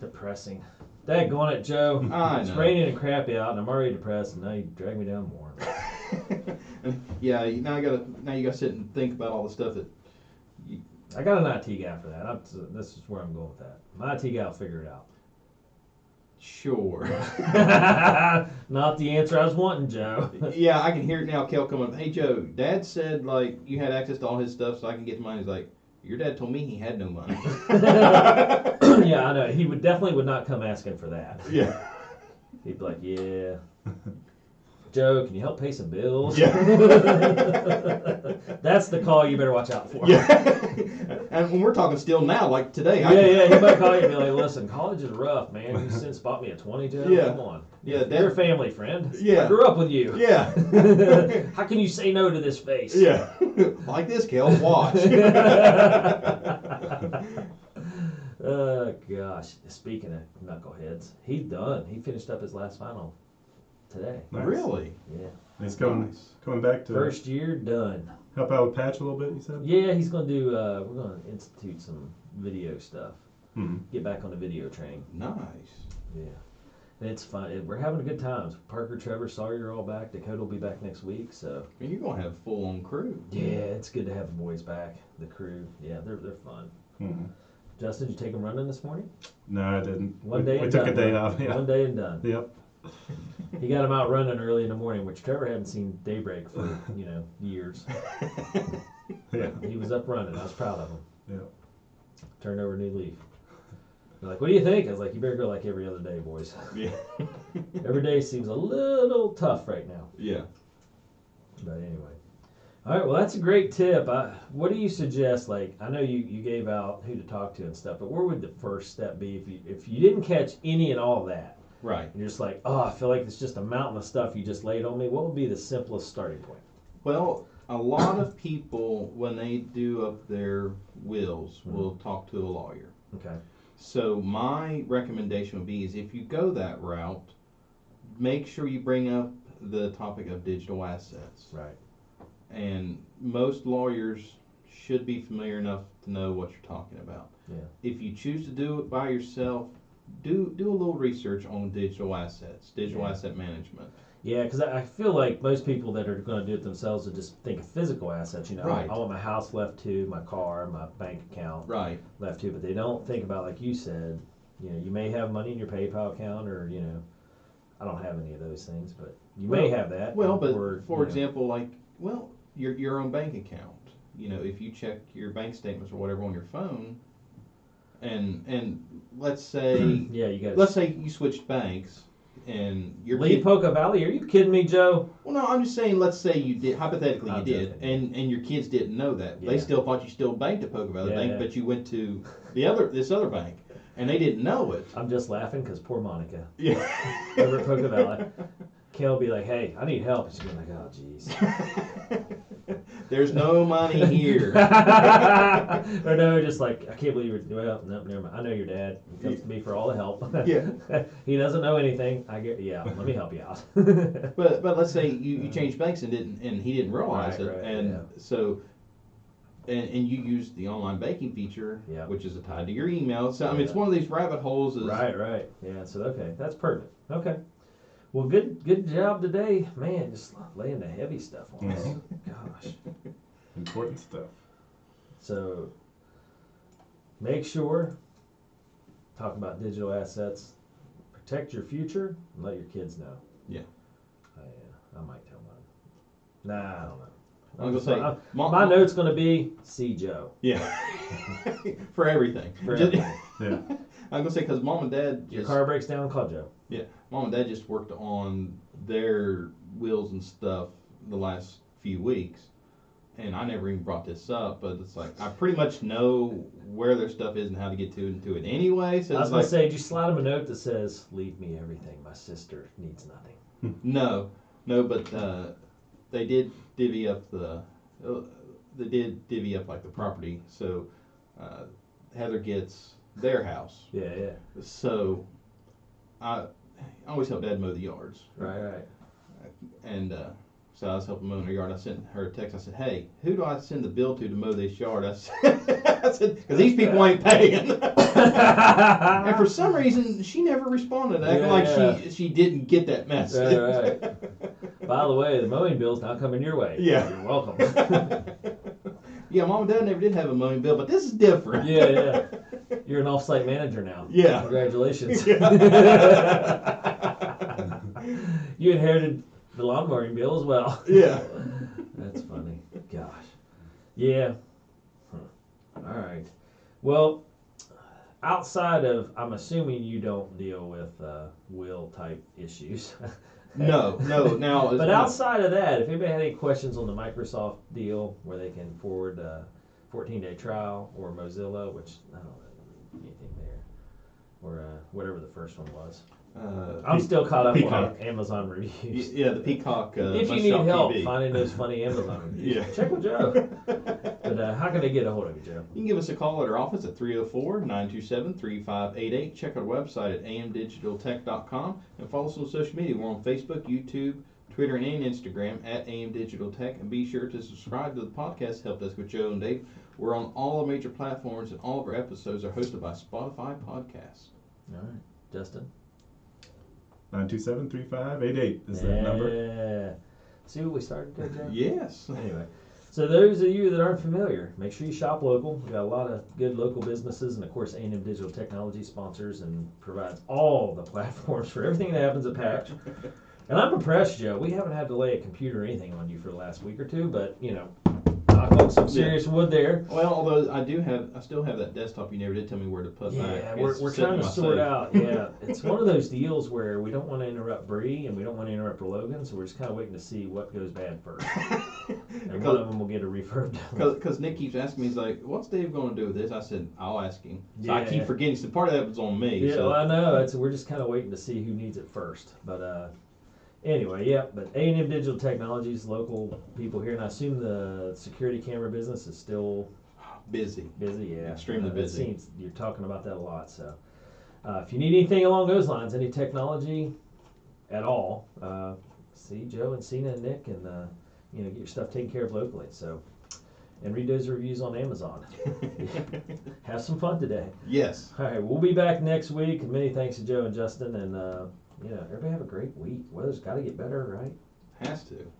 [SPEAKER 1] Depressing. That going it, Joe.
[SPEAKER 2] I
[SPEAKER 1] It's
[SPEAKER 2] know.
[SPEAKER 1] raining and crappy out, and I'm already depressed, and now you drag me down more.
[SPEAKER 2] And, yeah, you- now I gotta now you gotta sit and think about all the stuff that
[SPEAKER 1] I got an IT guy for that. I'm, this is where I'm going with that. My IT guy will figure it out.
[SPEAKER 2] sure.
[SPEAKER 1] Not the answer I was wanting, Joe.
[SPEAKER 2] yeah, I can hear it now. Kel coming up. Hey Joe, Dad said like you had access to all his stuff, so I can get to mine. He's like, your dad told me he had no money.
[SPEAKER 1] yeah, I know. He would definitely would not come asking for that.
[SPEAKER 2] yeah.
[SPEAKER 1] He'd be like, "Yeah, Joe, can you help pay some bills?" That's the call you better watch out for.
[SPEAKER 2] and when we're talking still now, like today.
[SPEAKER 1] yeah, yeah. He might call you and be like, "Listen, college is rough, man. You since bought me a twenty, Joe.
[SPEAKER 2] Yeah.
[SPEAKER 1] Come on,
[SPEAKER 2] Yeah, that-
[SPEAKER 1] you're a family friend.
[SPEAKER 2] Yeah.
[SPEAKER 1] I grew up with you.
[SPEAKER 2] Yeah.
[SPEAKER 1] How can you say no to this face?
[SPEAKER 2] Yeah. like this, Kel. Watch.
[SPEAKER 1] Oh gosh. Speaking of knuckleheads, he done. He finished up his last final today.
[SPEAKER 3] Nice.
[SPEAKER 2] Really?
[SPEAKER 1] Yeah.
[SPEAKER 3] And he's coming
[SPEAKER 2] Nice.
[SPEAKER 3] coming back to
[SPEAKER 1] First year done.
[SPEAKER 3] help out with patch a little bit. You said.
[SPEAKER 1] Yeah, he's gonna do. Uh, we're gonna institute some video stuff.
[SPEAKER 3] Mhm.
[SPEAKER 1] Get back on the video train.
[SPEAKER 2] Nice.
[SPEAKER 1] Yeah. And it's fun. and We're having good times. Parker, Trevor, Sawyer are all back. Dakota will be back next week. So
[SPEAKER 2] I mean, you're gonna have full on crew.
[SPEAKER 1] yeah, it's good to have the boys back. The crew. Yeah, they're they're fun.
[SPEAKER 3] Mhm.
[SPEAKER 1] Justin, did you take them running this morning?
[SPEAKER 3] No, I didn't.
[SPEAKER 1] One
[SPEAKER 3] we,
[SPEAKER 1] day.
[SPEAKER 3] we
[SPEAKER 1] and
[SPEAKER 3] took a
[SPEAKER 1] done,
[SPEAKER 3] day
[SPEAKER 1] right?
[SPEAKER 3] off. Yeah.
[SPEAKER 1] One day and done.
[SPEAKER 3] Yep.
[SPEAKER 1] He got him out running early in the morning, which Trevor hadn't seen daybreak for you know years.
[SPEAKER 3] Yeah.
[SPEAKER 1] He was up running. I was proud of him.
[SPEAKER 3] Yeah.
[SPEAKER 1] Turned over a new leaf. They're like, "What do you think?" I was like, "You better go like every other day, boys.
[SPEAKER 2] Yeah.
[SPEAKER 1] Every day seems a little tough right now."
[SPEAKER 2] yeah.
[SPEAKER 1] But anyway, all right. Well, that's a great tip. I, what do you suggest? Like, I know you, you gave out who to talk to and stuff, but where would the first step be if you if you didn't catch any and all that?
[SPEAKER 2] Right.
[SPEAKER 1] And you're just like, oh, I feel like it's just a mountain of stuff you just laid on me. What would be the simplest starting point?
[SPEAKER 2] Well, a lot of people when they do up their wills
[SPEAKER 1] Mm-hmm.
[SPEAKER 2] will talk to a lawyer.
[SPEAKER 1] Okay.
[SPEAKER 2] So my recommendation would be is if you go that route, make sure you bring up the topic of digital assets.
[SPEAKER 1] Right.
[SPEAKER 2] And most lawyers should be familiar enough to know what you're talking about.
[SPEAKER 1] Yeah.
[SPEAKER 2] If you choose to do it by yourself, do do a little research on digital assets, digital
[SPEAKER 1] Yeah.
[SPEAKER 2] asset management.
[SPEAKER 1] Yeah, because I I feel like most people that are going to do it themselves would just think of physical assets. You know, I-
[SPEAKER 2] Right.
[SPEAKER 1] I want my house left to, my car, my bank account
[SPEAKER 2] Right.
[SPEAKER 1] left to, but they don't think about like you said. You know, you may have money in your PayPal account, or you know, I don't have any of those things, but you may have that.
[SPEAKER 2] Well, but
[SPEAKER 1] or,
[SPEAKER 2] for
[SPEAKER 1] you know,
[SPEAKER 2] example, like well, your your own bank account. You know, if you check your bank statements or whatever on your phone, and and let's say
[SPEAKER 1] yeah, you got.
[SPEAKER 2] let's say you switched banks and your
[SPEAKER 1] Lee
[SPEAKER 2] kid-
[SPEAKER 1] Poca Valley. Are you kidding me, Joe?
[SPEAKER 2] well, no, I'm just saying. Let's say you did hypothetically you
[SPEAKER 1] I'm
[SPEAKER 2] did,
[SPEAKER 1] joking.
[SPEAKER 2] and and your kids didn't know that.
[SPEAKER 1] Yeah.
[SPEAKER 2] They still thought you still banked at Poker Valley
[SPEAKER 1] Yeah,
[SPEAKER 2] Bank,
[SPEAKER 1] yeah.
[SPEAKER 2] but you went to the other this other bank, and they didn't know it.
[SPEAKER 1] I'm just laughing because poor Monica
[SPEAKER 2] Yeah.
[SPEAKER 1] over at Poca Valley. Kale will be like, "Hey, I need help." She's like, "Oh, jeez."
[SPEAKER 2] There's no money here.
[SPEAKER 1] or no, just like I can't believe you're. Well, no, never mind. I know your dad. He comes to me for all the help.
[SPEAKER 2] Yeah.
[SPEAKER 1] he doesn't know anything. I get. Yeah, let me help you out.
[SPEAKER 2] But but let's say you, you changed banks and didn't and he didn't realize
[SPEAKER 1] Uh-huh. Right,
[SPEAKER 2] it
[SPEAKER 1] right,
[SPEAKER 2] and
[SPEAKER 1] yeah.
[SPEAKER 2] so and, and you used the online banking feature
[SPEAKER 1] Yeah.
[SPEAKER 2] which is tied to your email so I mean it's
[SPEAKER 1] Yeah.
[SPEAKER 2] one of these rabbit holes is
[SPEAKER 1] right, right. Yeah. So okay, that's perfect. Okay. Well, good, good job today, man. Just laying the heavy stuff on us.
[SPEAKER 2] Mm-hmm.
[SPEAKER 1] Gosh.
[SPEAKER 3] Important stuff.
[SPEAKER 1] So make sure talk about digital assets, protect your future, and let your kids know.
[SPEAKER 2] Yeah.
[SPEAKER 1] I, uh, I might tell mine. Nah, I don't know.
[SPEAKER 2] I was gonna say uh,
[SPEAKER 1] I'm-
[SPEAKER 2] mom-
[SPEAKER 1] my note's gonna be see Joe.
[SPEAKER 2] yeah for everything
[SPEAKER 1] For
[SPEAKER 2] Just-
[SPEAKER 1] everything.
[SPEAKER 3] Yeah.
[SPEAKER 2] I'm gonna say because mom and dad
[SPEAKER 1] Your
[SPEAKER 2] just
[SPEAKER 1] car breaks down, call Joe.
[SPEAKER 2] mom and dad just worked on their wills and stuff the last few weeks and I never even brought this up but it's like I pretty much know where their stuff is and how to get to it, to it anyway so
[SPEAKER 1] I was
[SPEAKER 2] it's
[SPEAKER 1] gonna
[SPEAKER 2] like
[SPEAKER 1] say, did you slide him a note that says, "Leave me everything. My sister needs nothing."
[SPEAKER 2] No, no, but uh, they did divvy up the uh, they did divvy up like the property. So uh, Heather gets their house.
[SPEAKER 1] Yeah, yeah,
[SPEAKER 2] So I, I always help Dad mow the yards,
[SPEAKER 1] right, right.
[SPEAKER 2] and uh, so I was helping mow her yard. I sent her a text. I said, "Hey, who do I send the bill to to mow this yard?" I said, "I said because these people ain't paying." and for some reason, she never responded, acting
[SPEAKER 1] Yeah,
[SPEAKER 2] like
[SPEAKER 1] yeah.
[SPEAKER 2] she she didn't get that message.
[SPEAKER 1] Right, By the way, the mowing bill's not coming your way.
[SPEAKER 2] Yeah.
[SPEAKER 1] you're welcome.
[SPEAKER 2] yeah, mom and dad never did have a mowing bill, but this is different.
[SPEAKER 1] Yeah, yeah. You're an off-site manager now.
[SPEAKER 2] Yeah.
[SPEAKER 1] Congratulations. you inherited the lawn mowing bill as well.
[SPEAKER 2] yeah.
[SPEAKER 1] That's funny. Gosh. Yeah. Huh. All right. Well, outside of, I'm assuming you don't deal with uh, will type issues.
[SPEAKER 2] No, no. Now,
[SPEAKER 1] But
[SPEAKER 2] no.
[SPEAKER 1] outside of that, if anybody had any questions on the Microsoft deal where they can forward a 14 day trial or Mozilla, which I don't know anything there, or uh, whatever the first one was,
[SPEAKER 2] Uh,
[SPEAKER 1] I'm
[SPEAKER 2] Pe-
[SPEAKER 1] still caught up on
[SPEAKER 2] Peacock.
[SPEAKER 1] Amazon
[SPEAKER 2] y-
[SPEAKER 1] reviews.
[SPEAKER 2] yeah, the Peacock. Uh,
[SPEAKER 1] if you
[SPEAKER 2] must
[SPEAKER 1] need
[SPEAKER 2] shop
[SPEAKER 1] help
[SPEAKER 2] TV.
[SPEAKER 1] finding those funny Amazon reviews,
[SPEAKER 2] Yeah.
[SPEAKER 1] check with Joe. But uh, how can they get a hold of you, Joe?
[SPEAKER 2] You can give us a call at our office at 304 927 3588. Check our website at amdigitaltech.com and follow us on social media. We're on Facebook, YouTube, Twitter, and Instagram at amdigitaltech. And be sure to subscribe to the podcast Help Desk with Joe and Dave. We're on all the major platforms, and all of our episodes are hosted by Spotify Podcasts.
[SPEAKER 1] All right, Justin.
[SPEAKER 3] 927 3588 is that number.
[SPEAKER 1] Yeah. See what we started there, Joe?
[SPEAKER 2] Yes.
[SPEAKER 1] Anyway, so those of you that aren't familiar, make sure you shop local. We've got a lot of good local businesses, and of course, A&M Digital Technology sponsors and provides all the platforms for everything that happens at Patch. And I'm impressed, Joe. We haven't had to lay a computer or anything on you for the last week or two, but you know, knock on some serious wood there.
[SPEAKER 2] Well, although I do have, I still have that desktop. You never did tell me where to put back.
[SPEAKER 1] Yeah, we're,
[SPEAKER 2] It's
[SPEAKER 1] we're
[SPEAKER 2] sitting
[SPEAKER 1] trying
[SPEAKER 2] in
[SPEAKER 1] to
[SPEAKER 2] my
[SPEAKER 1] sort
[SPEAKER 2] safe.
[SPEAKER 1] out. Yeah, it's one of those deals where we don't want to interrupt Bree and we don't want to interrupt Logan, so we're just kind of waiting to see what goes bad first. And one of them will get a refurb. done.
[SPEAKER 2] Because Nick keeps asking me, he's like, "What's Dave going to do with this?" I said, "I'll ask him." So I
[SPEAKER 1] Yeah.
[SPEAKER 2] keep forgetting. So part of that was on me.
[SPEAKER 1] Yeah,
[SPEAKER 2] so.
[SPEAKER 1] well, I know. It's, we're just kind of waiting to see who needs it first. But uh, Anyway, yeah, but A and M Digital Technologies, local people here, and I assume the security camera business is still
[SPEAKER 2] Busy.
[SPEAKER 1] busy. Yeah,
[SPEAKER 2] Extremely
[SPEAKER 1] Uh, it
[SPEAKER 2] busy.
[SPEAKER 1] Seems you're talking about that a lot. So, uh, if you need anything along those lines, any technology at all, uh, see Joe and Cena and Nick, and uh, you know get your stuff taken care of locally. So, and read those reviews on Amazon. Have some fun today.
[SPEAKER 2] yes.
[SPEAKER 1] All right, we'll be back next week. Many thanks to Joe and Justin, and uh, you know, everybody have a great week. Weather's got to get better, right?
[SPEAKER 2] Has to.